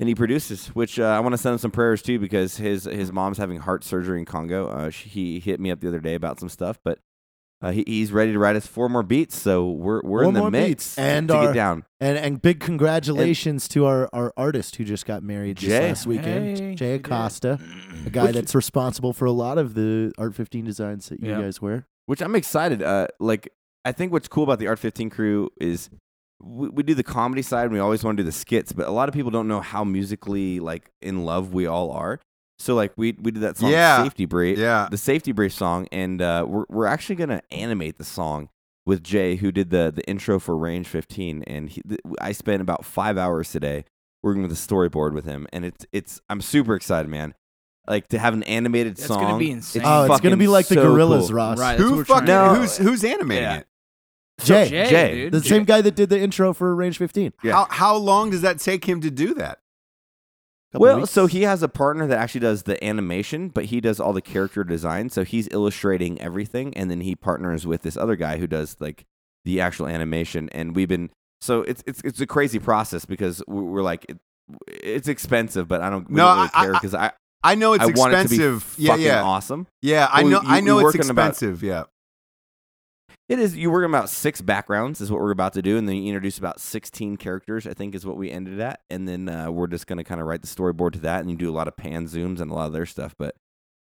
and he produces. Which uh, I want to send him some prayers too, because his his mom's having heart surgery in Congo. Uh, she, he hit me up the other day about some stuff, but uh, he, he's ready to write us four more beats. So we're we're Four in the more mix beats to- and to our- get down. And and big congratulations to our, our artist who just got married this Jay. last weekend, Hey, Jay he did. Acosta, a guy that's responsible for a lot of the Art 15 designs that you Yeah. guys wear. which I'm excited. Uh, like I think what's cool about the Art 15 crew is we, we do the comedy side and we always want to do the skits, but a lot of people don't know how musically like in love we all are. So like we we did that song Yeah. safety brief, Yeah. the safety brief song, and uh, we're we're actually gonna animate the song with Jay who did the the intro for Range 15, and he, th- I spent about five hours today working with a storyboard with him, and it's it's I'm super excited, man. Like to have an animated That's song. gonna be insane. Oh, it's gonna fucking be like the so Gorillas, cool. Ross. Right. That's what Who we're trying fucking? to do. Who's who's animating Yeah. it? Jay, So Jay, Jay, dude. the Jay. same guy that did the intro for Range 15. Yeah. How how long does that take him to do that? Couple Well, weeks. so he has a partner that actually does the animation, but he does all the character design. So he's illustrating everything, and then he partners with this other guy who does like the actual animation. And we've been so it's it's it's a crazy process because we- we're like it, it's expensive, but I don't, we No, don't really I- care I- because I I know it's I want it to be expensive. yeah, fucking yeah, awesome. yeah. I Well, know. you- I you know it's working about- expensive. yeah. It is. You work about six backgrounds is what we're about to do, and then you introduce about sixteen characters. I think is what we ended at, and then uh, we're just gonna kind of write the storyboard to that, and you do a lot of pan zooms and a lot of their stuff. But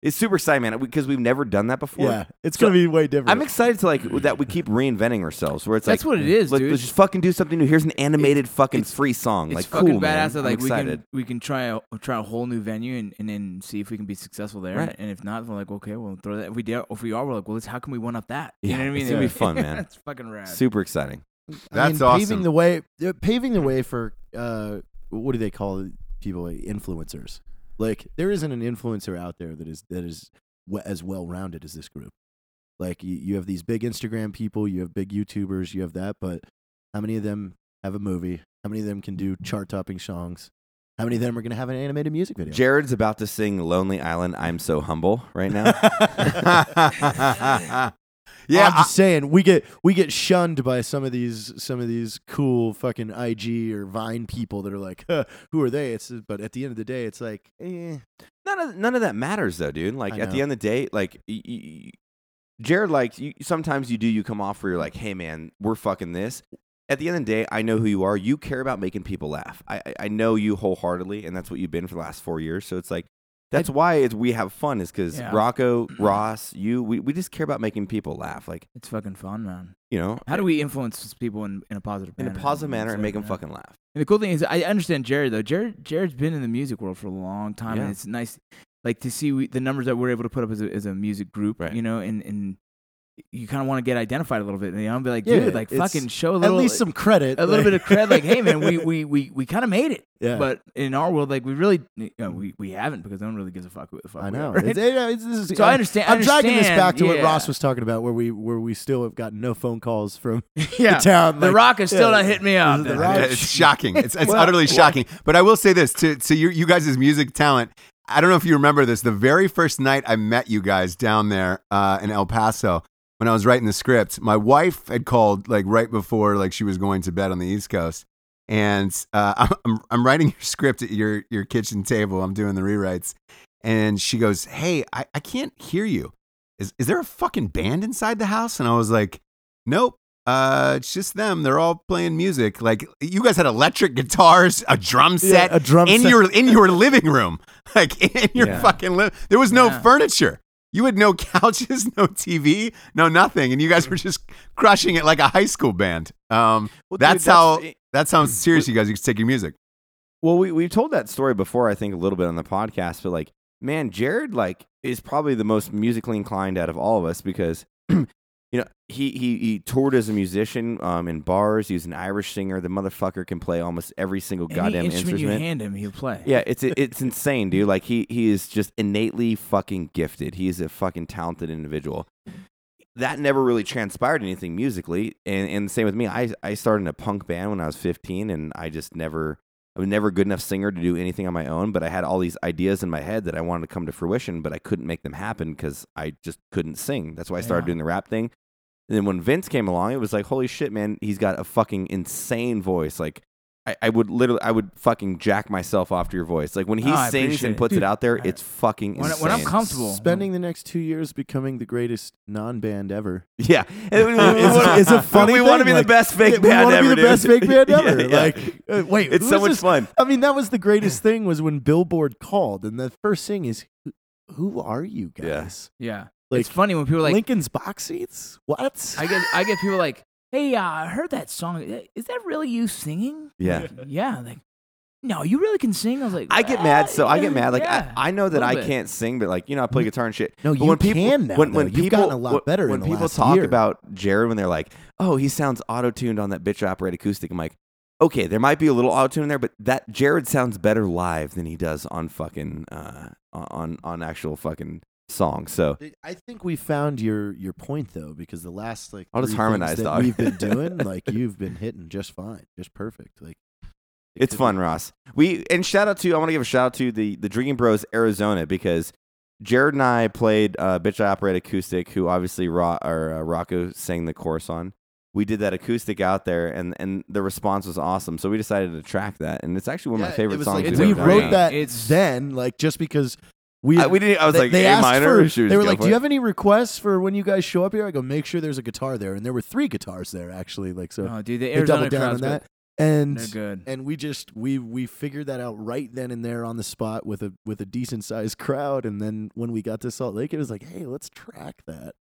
it's super exciting, man, because we've never done that before. yeah, it's going to be way different. I'm excited to like that we keep reinventing ourselves. Where it's That's like, what it is, let, dude. us just fucking do something new. Here's an animated fucking it's- free song. It's like fucking cool, badass man. that I'm like we excited. can we can try a try a whole new venue and, and then see if we can be successful there. Right. And if not, we're like, okay, we'll throw that. If we do, if we are, we're like, well, let's, how can we one up that? You Yeah, know what I mean? it's gonna be fun, man. It's fucking rad. Super exciting. I mean, That's awesome. Paving the way, uh, paving the way for uh, what do they call people like, influencers? Like there isn't an influencer out there that is that is we- as well rounded as this group. Like you, you have these big Instagram people, you have big YouTubers, you have that, but how many of them have a movie? How many of them can do chart topping songs? How many of them are going to have an animated music video? Jared's about to sing Lonely Island, I'm So Humble right now. yeah, I'm just saying we get we get shunned by some of these some of these cool fucking IG or Vine people that are like, huh, who are they? It's but at the end of the day, it's like, eh. none of none of that matters though, dude. Like I at the know. end of the day, like y- y- y- Jared, like you, sometimes you do, you come off where you're like, hey man, we're fucking this. At the end of the day, I know who you are. You care about making people laugh. I I- I know you wholeheartedly, and that's what you've been for the last four years. So it's like. That's why it's, we have fun, is because Yeah. Rocco, Ross, you, we, we just care about making people laugh. Like, It's fucking fun, man. you know, How do we influence people in, in a positive in manner? a positive manner and So, make them yeah. fucking laugh. And the cool thing is, I understand Jared though. Jared Jared's been in the music world for a long time, Yeah. and it's nice, like to see we, the numbers that we're able to put up as a, as a music group, Right. you know, and and you kind of want to get identified a little bit, you know, and be like, Yeah, dude, like it's- fucking show a little, at least some credit, a little bit like- of cred, like, hey man, we we we we kind of made it, yeah. but in our world, like, we really, you know, we we haven't because no one really gives a fuck who the fuck. I we are, know. right? It's- it- it's- this is- So I understand. I I'm dragging this understand, back to what yeah. Ross was talking about, where we where we still have gotten no phone calls from yeah. the town. The like, Rock is still yeah, not hitting me up. The dude. Rock- it's shocking. It's, it's Well, utterly well- shocking. But I will say this to to your, you guys' music talent. I don't know if you remember this. The very first night I met you guys down there uh, in El Paso, when I was writing the script, my wife had called like right before like she was going to bed on the East Coast, and uh, I'm- I'm I'm writing your script at your your kitchen table. I'm doing the rewrites, and she goes, "Hey, I, I can't hear you. Is is there a fucking band inside the house?" And I was like, "Nope." Uh, it's just them. They're all playing music. Like you guys had electric guitars, a drum yeah, set a drum in set. your in your living room, like in your Yeah. fucking li- There was no Yeah. furniture. You had no couches, no TV, no nothing, and you guys were just crushing it like a high school band. Um, Well, dude, that's how it- that's how serious you guys used to take your music. Well, we we've told that story before, I think, a little bit on the podcast, but like, man, Jared like is probably the most musically inclined out of all of us because you know, he he he toured as a musician um in bars, he was an Irish singer. The motherfucker can play almost every single Any goddamn instrument, instrument. you hand him, he'll play. yeah, it's it's insane, dude. Like he he is just innately fucking gifted. He is a fucking talented individual. That never really transpired anything musically, and and the same with me. I I started in a punk band when I was fifteen, and I just never I was never a good enough singer to do anything on my own. But I had all these ideas in my head that I wanted to come to fruition, but I couldn't make them happen because I just couldn't sing. That's why I started Yeah. doing the rap thing. And then when Vince came along, it was like, holy shit, man, he's got a fucking insane voice. Like, I, I would literally, I would fucking jack myself off to your voice. Like when he Oh, I sings appreciate and it. puts it Dude, out there, I- it's fucking When, I- insane. when I'm comfortable, Spending the next two years becoming the greatest non-band ever. yeah, It's a- it's a funny We want to be thing, like, the best fake Yeah, we band wanna ever. be the dude. best fake band Yeah, ever. yeah. Like, uh, wait, it's who so is much this? fun. I mean, that was the greatest thing was when Billboard called, and the first thing is, "Who- who are you Yeah. guys? yeah, Like, it's funny when people are like, Lincoln's box seats? What? I get I get people like, "Hey, uh, I heard that song. Is that really you singing?" Yeah. Yeah, like, no, you really can sing. I was like, I get mad, so I get mad. Like yeah. I, I know that Little I bit. can't sing, but like you know, I play guitar and shit. No, But you can now, though. You've gotten a lot when- better in When the people last talk year. about Jared, when they're like, "Oh, he sounds auto-tuned on that bitch operate acoustic," I'm like, "Okay, there might be a little auto-tune in there, but that Jared sounds better live than he does on fucking uh, on on actual fucking song." So I think we found your your point though, because the last like I'll just three things harmonize, that dog. we've been doing, like you've been hitting just fine, just perfect. Like it's fun, Ross. We and shout out to I want to give a shout out to the the Drinking Bros Arizona because Jared and I played uh, Bitch I Operate Acoustic, who obviously Ro- or, uh, Rocco sang the chorus on. We did that acoustic out there, and, and the response was awesome. So we decided to track that, and it's actually one of my favorite songs. it's we've we ever done. wrote Yeah. that It's- then, like just because we I, we didn't. I was they, like they A asked minor. for. She was They were go like, for "Do you it." have any requests for when you guys show up here?" I go, "Make sure there's a guitar there," and there were three guitars there actually. Like so, oh, dude, the they Arizona doubled down on crowd's that, good. and They're good. and we just we we figured that out right then and there on the spot with a with a decent sized crowd. And then when we got to Salt Lake, it was like, "Hey, let's track that."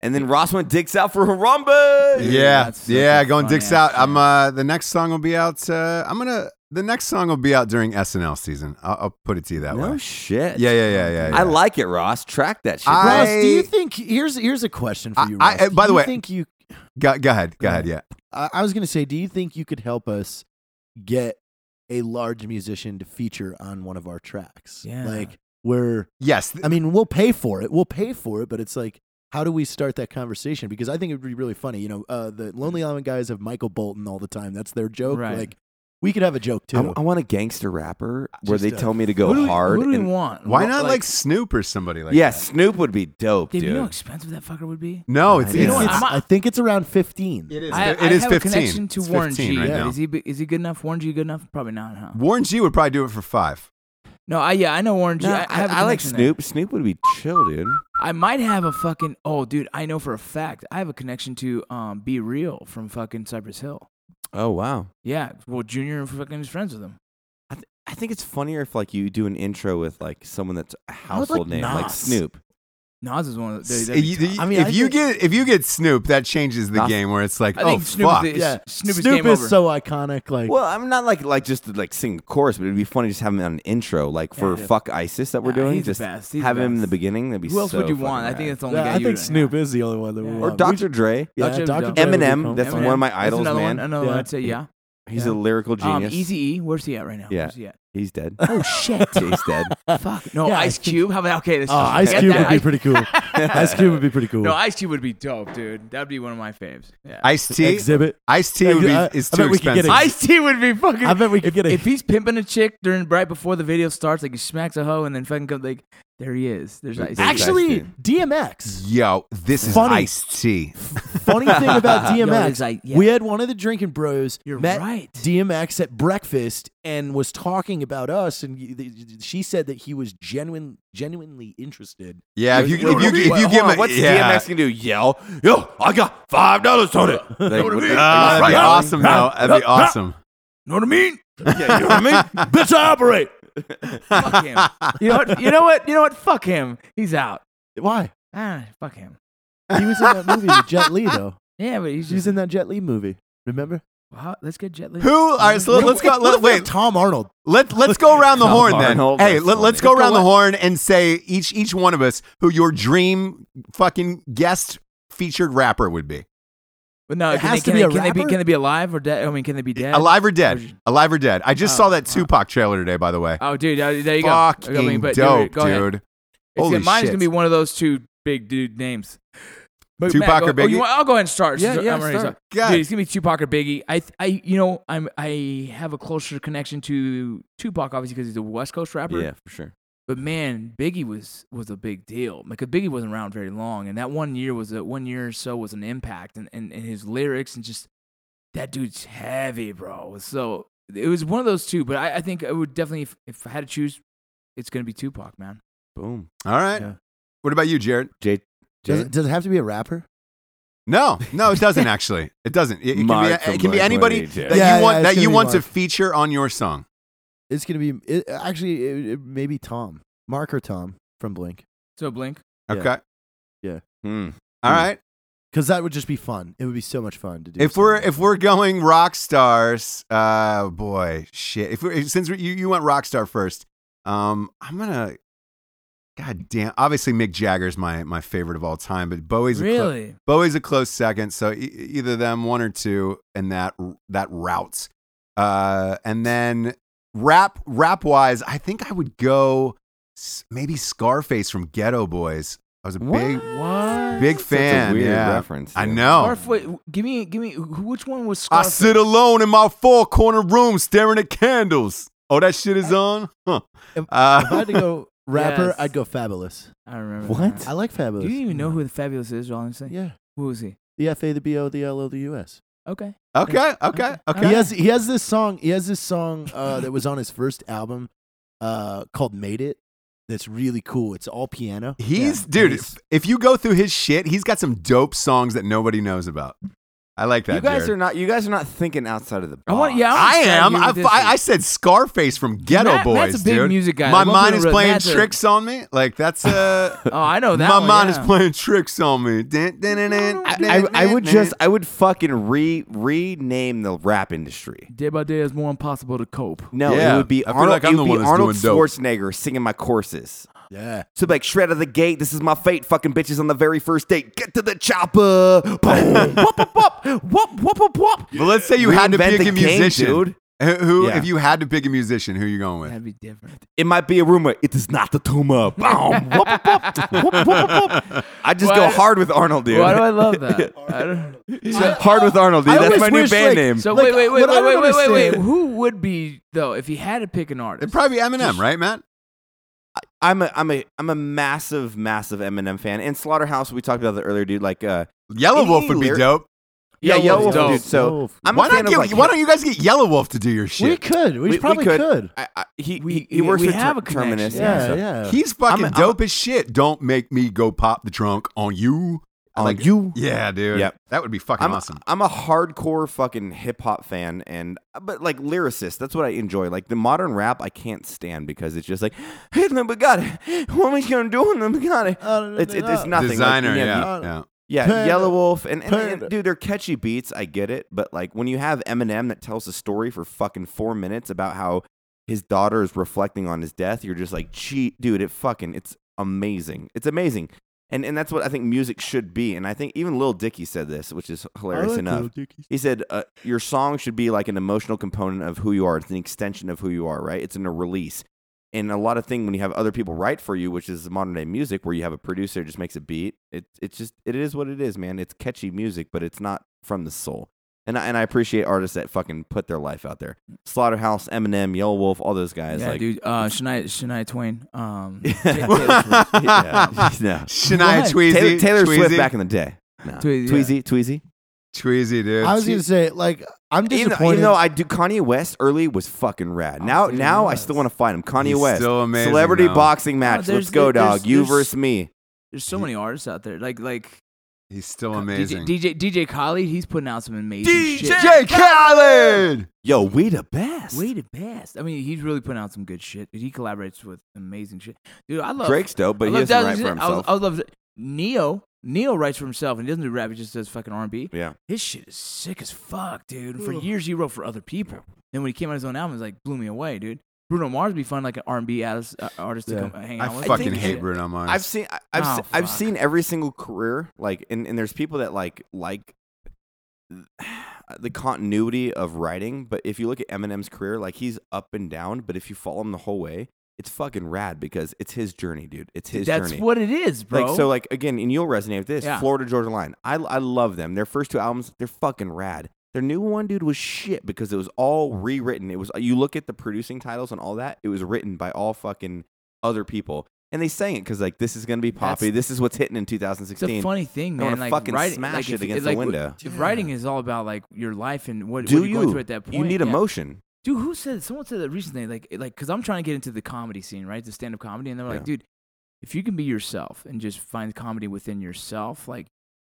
And then Ross went dicks out for Harambe. Dude, yeah, that's such yeah, a going dicks funny-ass out. I'm song. uh, the next song will be out. Uh, I'm gonna the next song will be out during SNL season. I'll, I'll put it to you that No way. shit. Yeah, yeah, yeah, yeah. yeah. I like it, Ross. Track that shit. I- Ross. Ross, do you think here's here's a question for I- you? I- Ross. uh, by Do the you way- think you Go, go ahead, go ahead. Yeah, I, I was gonna say, do you think you could help us get a large musician to feature on one of our tracks? Yeah. Like we're yes. I mean, we'll pay for it. We'll pay for it, but it's like, how do we start that conversation? Because I think it would be really funny. You know, uh, the Lonely Island guys have Michael Bolton all the time. That's their joke. Right. Like, We could have a joke too. I, I want a gangster rapper where Just they a- tell me to go Who do we- hard. Who do we and- want? Why What, not like, Snoop or somebody like yeah, Snoop would be dope, Dude, dude. you know how expensive that fucker would be? that? No, it's, You it's, know what, it's- I'm a- I think it's around fifteen. it is. I, it I is have a 15. connection to It's Warren 15 G. right but now. Is he be- is he good enough? Warren G good enough? Probably not. Huh? Warren G would probably do it for five. No, I yeah, I know Warren G. No, I- I I, have a I like connection there. Snoop. Snoop would be chill, dude. I might have a fucking oh, dude. I know for a fact I have a connection to um, Be Real from fucking Cypress Hill. Oh wow. Yeah, well, Junior and fucking is friends with him. I, th- I think it's funnier if like you do an intro with like someone that's a would like household name, like Nas. Snoop. Nas is one of the. S- that'd be you- tough. you- I mean, if I you think- get if you get Snoop, that changes the Nothing. game. Where it's like, I think oh Snoop fuck, is the- Yeah. Snoop is Snoop game is over. so iconic. Like, Well, I'm not like like just to, like sing the chorus, but it'd be funny just having him on an intro, like for dude. "Fuck ISIS" that we're Nah, doing. he's the just best. He's the have him in best. the beginning. That'd be Who else so would you fucking want? I think rad. that's the only yeah, guy. I you think would- Snoop is the only one that we Or or want. Dr. Dre. Yeah, Dr. Dr. Dre Dre would Eminem, come. that's Eminem. one of my That's idols, another man. One, another one. Yeah. I'd say yeah. He's Yeah. a lyrical Um, genius. Easy E, where's he at right now? Yeah. Where's he at? He's dead. Oh shit. He's dead. Fuck. No, Yeah, I Ice think- Cube. How about okay? This Oh, Ice that- Cube that would be Ice- pretty cool. Ice Cube would be pretty cool. No, Ice Cube would be dope, dude. That'd be one of my faves. Yeah. Ice T, Exhibit. Ice T would be I- is I too bet we could get expensive. it. Ice T would be fucking. I bet we could get a if he's pimping a chick during right before the video starts, like he smacks a hoe and then fucking comes like, there he is. There's Ice. T. There's Ice Actually, Cube. DMX. Yo, this is Funny. Ice T. Funny thing about Yo, DMX, there's like- yeah. E we had one of the drinking bros You're met right. DMX at breakfast and was talking about us, and y- th- she said that he was genuine, genuinely interested. Yeah, if you if know what you it if is? you give Hold him on, a what's yeah. Uh, DMX gonna do? Yell, yo, I got five dollars on it. Like, what I what- mean? like, Ah, that'd be awesome though. That'd be awesome. Know what I mean? yeah, you know what I mean? Bitch, I operate. fuck him. You know what? You know what? You know what? Fuck him. He's out. Why? Ah, fuck him. He was in that movie with Jet Li, though. Yeah, but he's She was just. in that Jet Li movie. Remember? Wow, let's get Jet Li. Who? All right, so What if- let's go. what Let, if we had wait, Tom Arnold. Let let's go around the Tom horn then. Arnold, hey, that's let, let's go funny. around the horn and say each each one of us who your dream fucking guest featured rapper would be. But no, It can they, has to can be they, a can they be rapper? can they be alive or dead? I mean, can they be dead? Alive or dead? Alive or dead? I just saw Oh, that wow. Tupac trailer today, by the way. Oh, dude, uh, there you Fucking go. I mean, but dude, dope, go ahead. dude. It's Holy gonna- mine's shit. gonna be one of those two big dude names. But Tupac Matt, go- oh, or you Biggie? want- I'll go ahead and start. Yeah, since yeah, I'm already start. God. Dude, it's gonna be Tupac or Biggie. I, th- I, you know, I'm, I have a closer connection to Tupac obviously because he's a West Coast rapper. yeah, for sure. But man, Biggie was was a big deal because Biggie wasn't around very long, and that one year was a one year or so was an impact, and and, and his lyrics and just that dude's heavy, bro. So it was one of those two, but I, I think I would definitely if, if I had to choose, it's gonna be Tupac, man. Boom. All right. Yeah. What about you, Jared? J. Does J- it, does it have to be a rapper? No, no, it doesn't actually. It doesn't. It, it can, be, Mark it can be Blake anybody 182. that Yeah, you want yeah, it's that you gonna be want to Mark. feature on your song. It's gonna be it, actually it, it, maybe Tom, Mark or Tom from Blink, So Blink, Yeah. Okay. Hmm. All right. because that would just be fun. It would be so much fun to do. If we're something. if we're going rock stars, uh, boy, shit. If we're since we, you you went rock star first, um, I'm gonna. God damn! Obviously, Mick Jagger's my my favorite of all time, but Bowie's a clo- really? Bowie's a close second. So e- either them, one or two, and that that route. Uh, and then rap rap wise, I think I would go s- maybe Scarface from Ghetto Boys. I was a big What? big fan. That's a weird yeah. reference. I dude. know. Scarface- give me, give me. wh- Which one was I Scarface? sit alone in my four corner room staring at candles. Oh, that shit is on? Huh. If- if I Uh, had to go rapper, Yes. I'd go Fabulous. I remember. What? I that. like Do Fabulous. you even know who the Fabulous is? Honestly, Yeah, who was he? the F A, the B O, the L O, the U S. Okay. okay, okay, okay. He has he has this song. He has this song uh, that was on his first album uh, called "Made It." That's really cool. It's all piano. He's, Yeah. dude, He's- if- if you go through his shit, he's got some dope songs that nobody knows about. I like that. You guys Jared. are not. You guys are not thinking outside of the box. I want- yeah, I understand am. you I, with this I, one. I said Scarface from Ghetto Matt- Boys, Matt's a big dude. music guy. My I love mind being is real- playing Matt's a- tricks on me. Like that's a. Oh, I know that. my one, mind yeah. is playing tricks on me. Dun, dun, dun, dun, I, dun, I would dun, just. I would fucking re rename the rap industry. Day by day is more impossible to cope. No, Yeah. it would be I feel Arnold. like I'm it the would be one that's Arnold doing dope. Schwarzenegger singing my courses. yeah. So like shred of the gate. This is my fate. Fucking bitches on the very first date. Get to the chopper. Boom. whoop whoop whoop whoop whoop whoop. whoop. But let's say you had to Reinvent pick the a game, musician. dude. Who, who- Yeah. if you had to pick a musician, who you going with? That'd be different. It might be a rumor. It is not the tumor. Boom. Whoop, whoop, whoop. Whoop, whoop, whoop, whoop. I just go Why- hard with Arnold, dude. Why do I love that? I don't- hard with Arnold, dude. I That's always my new wish, band like, name. So Like, wait, wait, wait, what I wait, wait, don't wait, wait, wait. understand- Who would be though if he had to pick an artist? It'd probably be Eminem, right, Matt? I'm a I'm a I'm a massive massive Eminem fan. And Slaughterhouse, we talked about that earlier, dude. Like, uh, Yellow Any Wolf would be lyric- dope. yeah, Yellow Yellow Wolf's Wolf, dope. dude. So Yellow Wolf. I'm why a fan not get, of like, why don't you guys get Yellow Wolf to do your we shit? could. We, We- we probably could. could. I, I, he, We- he he we- works we with have Ter- a connection. Terminus. and Yeah, stuff. yeah. He's fucking I'm- dope as shit. Don't make me go pop the trunk on you. On Like- you. Yeah, dude. Yep. That would be fucking I'm awesome. I'm a hardcore fucking hip hop fan, and but like lyricist, that's what I enjoy. Like the modern rap, I can't stand because it's just like, hey, no, but God, what am I gonna do? No, but God, it's it, it's nothing. Like, Designer, you know, yeah. you- yeah. yeah, Panda. Yellow Wolf, and, and, and, Panda. dude, they're catchy beats. I get it, but like when you have Eminem that tells a story for fucking four minutes about how his daughter is reflecting on his death, you're just like, cheat, dude. It fucking, it's amazing. It's amazing. And, and that's what I think music should be. And I think even Lil Dicky said this, which is hilarious Oh, enough. He said, uh, Your song should be like an emotional component of who you are. It's an extension of who you are, right? It's in a release. And a lot of thing when you have other people write for you, which is modern day music, where you have a producer who just makes a beat. It, it's just it is what it is, man. It's catchy music, but it's not from the soul. And I, and I appreciate artists that fucking put their life out there. Slaughterhouse, Eminem, Yellow Wolf, all those guys. yeah, like, dude. Uh, Shania, Shania Twain. Um, yeah, no. Shania What? Tweezy. Taylor, Taylor Tweezy, Swift back in the day. No. Tweezy, yeah. Tweezy, Tweezy. Tweezy, dude. I was gonna say, like, I'm Even, disappointed. even though I do, Kanye West early was fucking rad. Now, dude, now he I was. still want to fight him. Kanye He's West, still amazing, celebrity though. boxing match. there's- Let's go, there's- dog. You there's- versus me. There's so many artists out there. Like like He's still Co- Oh, amazing. DJ DJ, DJ Khaled. He's putting out some amazing shit. DJ Khaled. Yo, we the best. Way the best. I mean, he's really putting out some good shit. He collaborates with amazing shit. Dude, I love Drake's dope, but I he love doesn't write Dallas- for I was- himself. I, love Neo. Neo writes for himself and he doesn't do rap. He just does fucking R and B. yeah, His shit is sick as fuck, dude. And for years he wrote for other people. Then when he came out his own album, it was like blew me away, dude. Bruno Mars be fun like an R and B artist uh, artist Yeah. to come hang I out with. fucking think hate Shit. Bruno Mars. I've seen, I- I've, Oh, se- I've fuck. seen every single career. Like, and, and there's people that like like the continuity of writing. But if you look at Eminem's career, like he's up and down. But if you follow him the whole way, it's fucking rad because it's his journey, dude. It's his That's journey. what it is, bro. Like so, like again, and you'll resonate with this. Yeah. Florida Georgia Line. I I love them. Their first two albums, they're fucking rad. Their new one, dude, was shit because it was all rewritten. It was you look at the producing titles and all that. It was written by all fucking other people, and they sang it because like this is gonna be poppy. this is what's hitting in It's a 2016. funny thing, I wanna man. like fucking writing, smash like, it if- against the like, w- window. If writing is all about like your life and what, Do what you're you? going through at that point, you need yeah. emotion. Dude, who said? Someone said that recently, like, like, cause I'm trying to get into the comedy scene, right? The stand-up comedy, and they're like, Yeah. dude, if you can be yourself and just find comedy within yourself, like,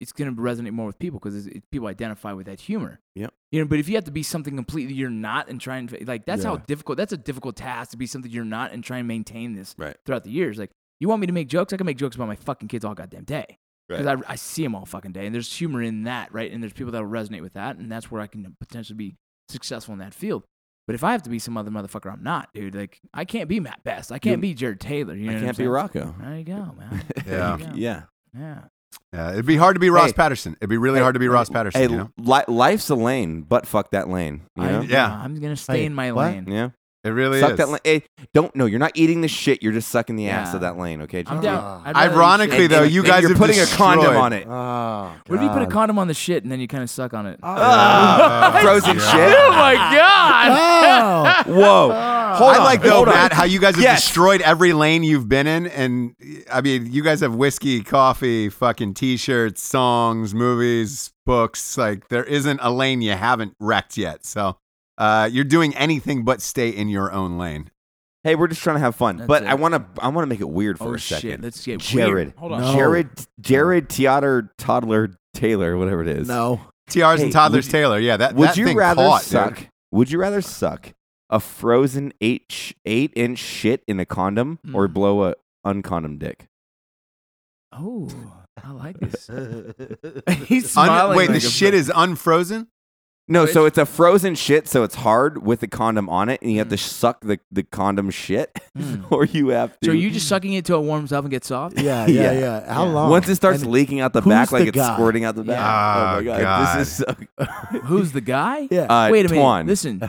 it's gonna resonate more with people because it, people identify with that humor. Yep. You know, but if you have to be something completely you're not and try and like, that's how Yeah. difficult. That's a difficult task to be something you're not and try and maintain this Right. throughout the years. Like, you want me to make jokes? I can make jokes about my fucking kids all goddamn day. Because I, I see them all fucking day, and there's humor in that, right? And there's people that will resonate with that, and that's where I can potentially be successful in that field. But if I have to be some other motherfucker, I'm not, dude. Like I can't be Matt Best, I can't be Jared Taylor. You know I what I'm can't be saying? Rocco. There you go, man. Yeah. Yeah. Yeah. Yeah, Yeah, it'd be hard to be Ross Hey. Patterson. It'd be really hard to be Ross Patterson. Hey, you know? li- life's a lane, but fuck that lane. You I, know? Yeah. I'm gonna stay Hey, in my what? lane. yeah. It really Suck is. that lane. Hey, don't no. You're not eating the shit. You're just sucking the ass Yeah. of that lane. Okay. John? I'm down. I'd rather eat Ironically, shit. though, you guys are have putting a destroyed- condom on it. Ah, What if you put a God. condom on the shit and then you kind of suck on it? Ah. Frozen Yeah. shit. oh my god! Oh, Whoa. Hold I on. like though, Hold on. Matt, how you guys have Yes. destroyed every lane you've been in, and I mean, you guys have whiskey, coffee, fucking t-shirts, songs, movies, books. Like there isn't a lane you haven't wrecked yet. So uh, you're doing anything but stay in your own lane. Hey, we're just trying to have fun, That's but I it. want to. I want to make it weird for oh a second. shit! Let's get Jared. Weird. Hold on. No. Jared, Jared, Teater, Toddler, Taylor, whatever it is. no. TRs Hey, and toddlers, would- Taylor. Yeah, that Would that you thing rather caught, dude. suck? Would you rather suck a frozen eight eight inch shit in a condom or Mm. blow a uncondom dick? Oh, I like this. He's Un- smiling. wait, like the a- shit is unfrozen. No, so it's a frozen shit, so it's hard with the condom on it, and you have Mm. to suck the, the condom shit, or you have to. So are you just sucking it till it warms up and gets soft? Yeah, Yeah. yeah, yeah. How long? Once it starts And leaking out the who's back, like the it's guy? squirting out the back. Yeah. Oh my god, God. this is so. Who's the guy? Yeah. Uh, Wait a minute. Twan. Listen,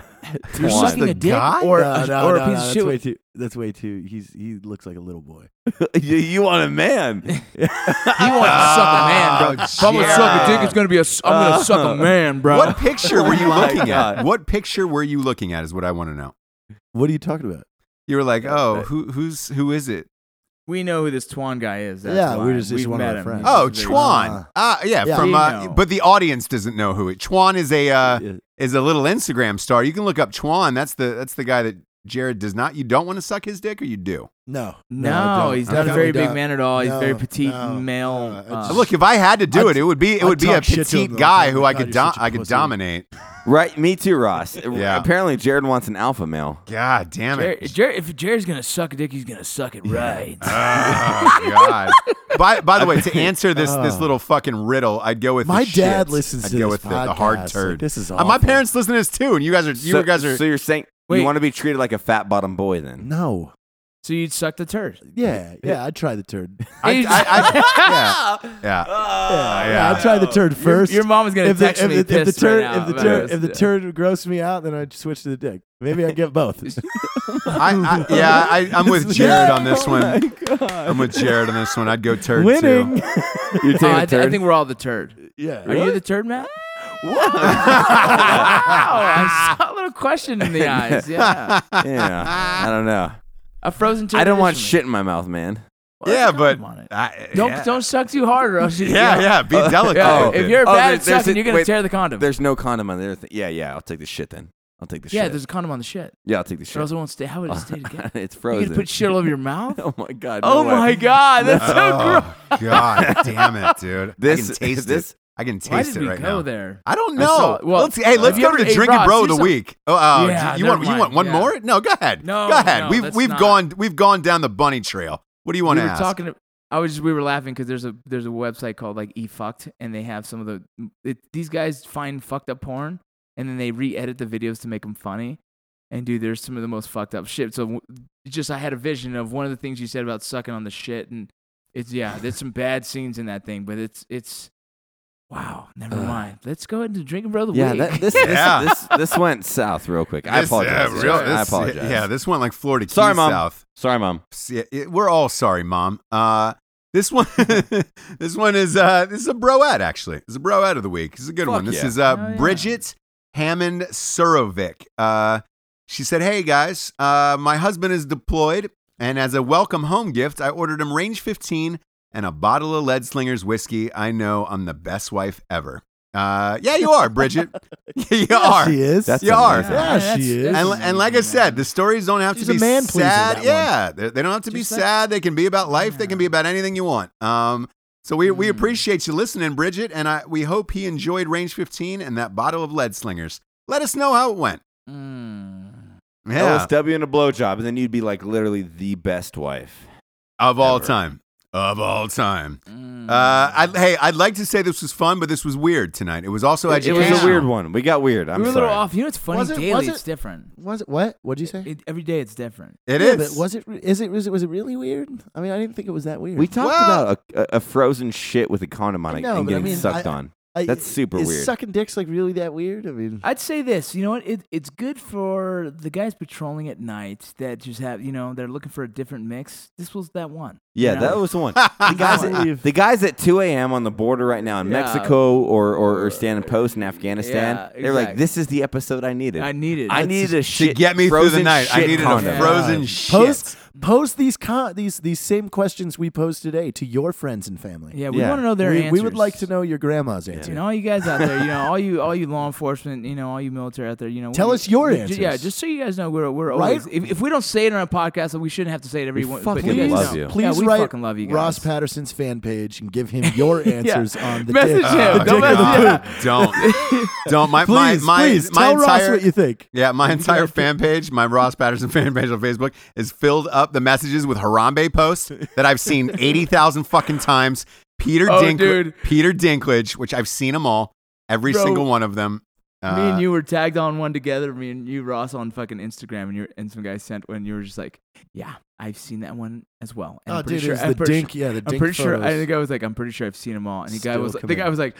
you're Twan. sucking a dick guy? or, no, no, or no, a piece of no, that's shit. way with- too. That's way too. He's he looks like a little boy. you, you want a man? He wants to suck a man, bro. If I'm gonna suck a dick. It's gonna be a. s- I'm gonna suck a man, bro. What picture were you Oh my looking at? God. What picture were you looking at? Is what I want to know. What are you talking about? You were like, oh, who, who's who is it? We know who this Twan guy is. That's Yeah, why. we're just- he's We've one of met our him. friends. Oh, He's a- Chuan. Ah, yeah, Yeah. from. You Uh, know. but the audience doesn't know who it. Chuan is a uh, Yeah. is a little Instagram star. You can look up Chuan. That's the that's the guy that Jared does not. You don't want to suck his dick, or you do. No, No, he's not a very big man at all. He's No, very petite no, male. no, it's uh, just- Look, if I had to I'd- do it, it would be it I'd would be a talk shit to him petite the whole guy time. who I God, could you're do- such a I could pussy. dominate. right, me too, Ross. Yeah. Apparently, Jared wants an alpha male. God damn Jer- it! Jer- if Jerry's gonna suck a dick, he's gonna suck it right. Oh, God. By by the way, to answer this this little fucking riddle, I'd go with the Oh. My dad shits. listens I'd to go this with the, the hard podcast. turd. Like, this is Uh, my awful. parents listen to this too, and you guys are you so, guys are So you're saying Wait. you want to be treated like a fat bottom boy then? No. so you'd suck the turd. Yeah, yeah. I'd try the turd. Uh, I, I, I, yeah, yeah. yeah, yeah. I'd try the turd first. Your mom is gonna if the, text if, me. the, if the pissed right turd, now if the about turd, this. if the turd grossed me out, then I'd switch to the dick. Maybe I'd get both. I, I, yeah I, I'm with This is- Jared on Oh this one. I'm with Jared on this one. I'd go turd Winning. too. You're Oh, taking I, a th- I turd. think Oh, we're all the turd. yeah. Are you the turd, Matt? I saw a little question in the eyes. Yeah, yeah, I don't know. a frozen turd. I don't want initially. shit in my mouth, man. Well, Yeah, that's a but compliment on it. I, don't yeah. don't suck too hard, or else you- Yeah, yeah. Be delicate. Yeah, with if it. you're Oh, bad there- at there's sucking, a- you're gonna wait, tear the condom. There's no condom on the other thing. Yeah, yeah. I'll take the shit then. I'll take the yeah, shit. there's a condom on the shit. yeah, I'll take the Or else shit. it won't stay. How would it stay together? it's you frozen. gonna put shit all over your mouth? oh my god. oh no way. my god, that's so gross. oh, God damn it, dude. I This- can taste this- it. I can taste Why did it we right go now. there? I don't I know. saw- well, uh, let's hey, let's have you go ever- to the hey, drinking Ross, bro do of the some- week. Oh, oh, Yeah, you never want you mind. want one Yeah. more? No, go ahead. No, go ahead. no, we've that's we've not- gone we've gone down the bunny trail. What do you want we to were ask? talking. To, I was just we were laughing because there's a there's a website called like E Fucked, and they have some of the it, these guys find fucked up porn, and then they re-edit the videos to make them funny. And dude, there's some of the most fucked up shit. So w- just I had a vision of one of the things you said about sucking on the shit, and it's yeah, there's some bad scenes in that thing, but it's it's wow. Never Ugh. mind. Let's go into drinking brother. Yeah, week. that, this, Yeah. this this this went south real quick. I This- apologize. yeah, Josh. real- I this- apologize. Yeah, this went like Florida Keys Sorry, Mom. South. Sorry, mom. Yeah, it- we're all sorry, mom. Uh, this one, this one is uh, this is a broette actually. It's a broette of the week. It's a good Fuck one. This yeah. is uh, Oh, yeah. Bridget Hammond Surovic. Uh, she said, "Hey guys, uh, my husband is deployed, and as a welcome home gift, I ordered him Range 15 and a bottle of Lead Slingers whiskey. I know I'm the best wife ever. Uh, yeah, you are, Bridget. you are. She is. That's You are. amazing. Yeah, that's- she is. that's And, amazing, and like I said, man. the stories don't have She's to be a man pleaser, that sad. one. Yeah, they they don't have to be Just like- sad. They can be about life. They can be Yeah. about anything you want. Um, so we, we Mm. appreciate you listening, Bridget, and I we hope he enjoyed Range 15 and that bottle of lead slingers. Let us know how it went. Mm. Yeah, LSW and a blowjob, and then you'd be like literally the best wife. of all ever. time, of all time. Mm. Uh, I, hey, I'd like to say this was fun, but this was weird tonight. It was also It, it was educational. a weird one. We got weird. I'm we were a sorry. little off. You know what's funny? Was it- Daily, was it's it- different. Was it what? What'd you say? It, every day, it's different. It yeah, is. But was it? re- Is it? Was it? Was it really weird? I mean, I didn't think it was that weird. We talked Well- about a, a, a frozen shit with a condom on I it know, and but I getting mean, sucked I- on. I- That's super is weird. Sucking dicks like really that weird? I mean, I'd say this. You know what? It, it's good for the guys patrolling at night that just have, you know, they're looking for a different mix. This was that one. Yeah, you know? that was the one. The guys, at, the guys at 2 a.m. on the border right now in Yeah. Mexico or, or, or standing post in Afghanistan, Yeah, they're like, exactly. "This is the episode I needed. I needed. I That's- needed a to shit get me through the frozen night, I shit needed condom. a frozen God. shit. post post these con- these these same questions we posed today to your friends and family. Yeah, we Yeah. want to know their we, answers. we would like to know your grandma's answer. And all you guys out there, you know, all you all you law enforcement, you know, all you military out there, you know, Tell we- us your we- ju- Yeah, answers. just so you guys know, we're we're Right? always if, if we don't say it on our podcast, then we shouldn't have to say it every We one. fucking but you guys love know. you. Please yeah, we write fucking love you guys. Ross Patterson's fan page and give him your answers on the Message Uh, dick. him. The Don't dick or the message him. poop. Don't, don't. My, Please, my, my, please my tell entire, Ross what you think. Yeah, my entire fan page, my Ross Patterson fan page on Facebook, is filled up the messages with Harambe posts that I've seen eighty thousand fucking times. Peter Oh, Dink- dude. Peter Dinklage, which I've seen them all, every Bro. single one of them. me Uh, and you were tagged on one together. Me and you, Ross, on fucking Instagram, and you and some guy sent when you were just like, "Yeah, I've seen that one as well." And oh, I'm pretty dude, sure, it was I'm the pretty dink. yeah, the I'm dink. pretty sure. I photos. think I was like, I'm pretty sure I've seen them all. And the guy Still was, the coming. guy was like,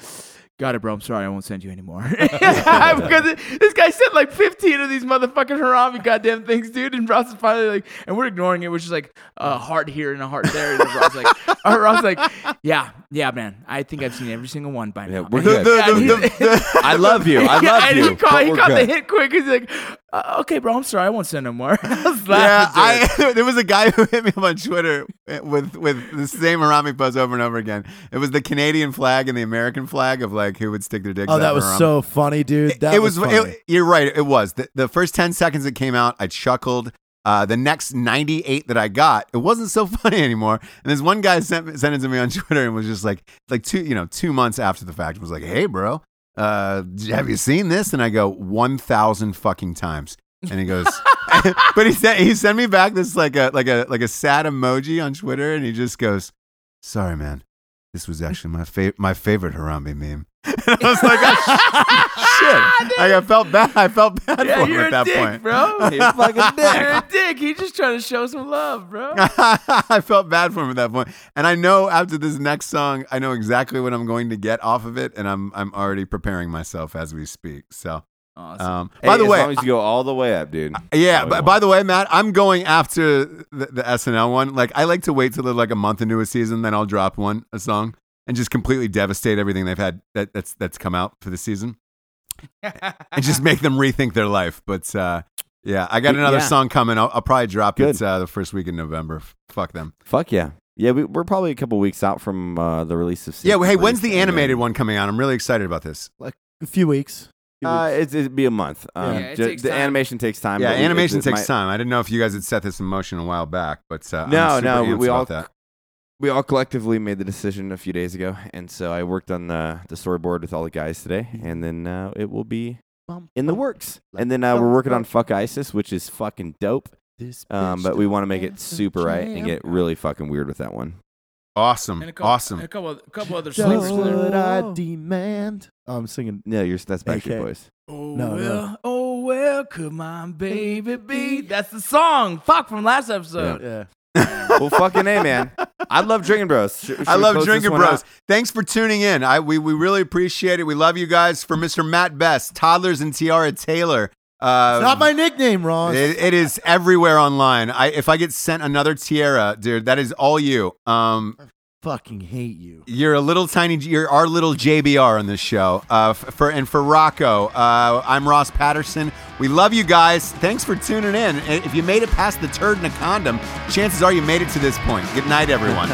got it, bro. I'm sorry, I won't send you anymore. because it- this guy sent like 15 of these motherfucking Harami goddamn things, dude. And Ross is finally like, and we're ignoring it, which is like a heart here and a heart there. And then Ross like, uh, Ross like, yeah, yeah, man. I think I've seen every single one by Yeah, now. we're And good. he- yeah, The- he- the- the- I love you. I yeah, love and you. He caught, but he we're caught the good. hit quick. He's like, uh, okay, bro, I'm sorry, I won't send no more. I was yeah, laughing, dude. I, there was a guy who hit me up on Twitter with with the same harami pose over and over again. It was the Canadian flag and the American flag of like who would stick their dicks. Oh, out that of was harami. so funny, dude. That it was. funny. it- you're right. It was the, the first ten seconds it came out. I chuckled. Uh, the next 98 that I got, it wasn't so funny anymore. And this one guy sent me- sent it to me on Twitter and was just like, like two, you know, two months after the fact, was like, "Hey, bro, uh, have you seen this?" And I go, "1,000 fucking times." And he goes, but he said he sent me back this like a like a like a sad emoji on Twitter, and he just goes, "Sorry, man, this was actually my fa- my favorite Harambe meme." And I was like, oh, shit. Like, I felt bad. I felt bad Yeah, for him you're at a that dick, point. bro. You're a fucking dick. Uh, You're a dick. He's just trying to show some love, bro. I felt bad for him at that point. And I know after this next song, I know exactly what I'm going to get off of it, and I'm I'm already preparing myself as we speak. So, Awesome. um, Hey, by the as way, long as you go all the way up, dude. Yeah, Probably but won't. by the way, Matt, I'm going after the, the SNL one. Like, I like to wait till they're like a month into a season, then I'll drop one a song and just completely devastate everything they've had that, that's that's come out for the season, and just make them rethink their life. But uh, yeah, I got Y- another yeah. song coming. I'll, I'll probably drop Good. it uh, the first week in November. F- Fuck them. Fuck yeah. Yeah, we, we're probably a couple weeks out from uh, the release of. Yeah. season Well, hey, three, when's the so- uh, animated one coming out? I'm really excited about this. a few weeks. Few Uh, weeks. it's, it'd be a month. Um, Yeah, it ju- takes the time. animation takes time. yeah, but we- animation it- it takes might- time. I didn't know if you guys had set this in motion a while back, but uh, I'm No, super no, we- amped we about all that. We all collectively made the decision a few days ago, and so I worked on the the storyboard with all the guys today, Mm-hmm. and then uh, it will be in Oh, the works. And then uh, we're working on Fuck ISIS, which is fucking dope. This Um, bitch but we don't want to make it have a super right and jam. get really fucking weird with that one. Awesome, And a couple, awesome. and a couple, a couple other Just sleepers. in there. what I demand. Oh, I'm singing. No, you're that's Backstreet Okay. Boys. Oh No, no. well, oh well, could my baby be? That's the song. Fuck from last episode. Yeah. well, fucking a man. I love Drinking Bros. Sh- should I we love close this Drinking one out? Bros. Thanks for tuning in. I we, we really appreciate it. We love you guys. For Mr. Matt Best, Toddlers and Tiara Taylor. Uh, It's not my nickname, Ron. it- it is everywhere online. I if I get sent another Tiara, dude, that is all you. Um, Fucking hate you. you're a little tiny. You're our little JBR on this show. Uh, f- for and for Rocco, uh, I'm Ross Patterson. We love you guys. Thanks for tuning in. And If you made it past the turd in a condom, chances are you made it to this point. Good night, everyone.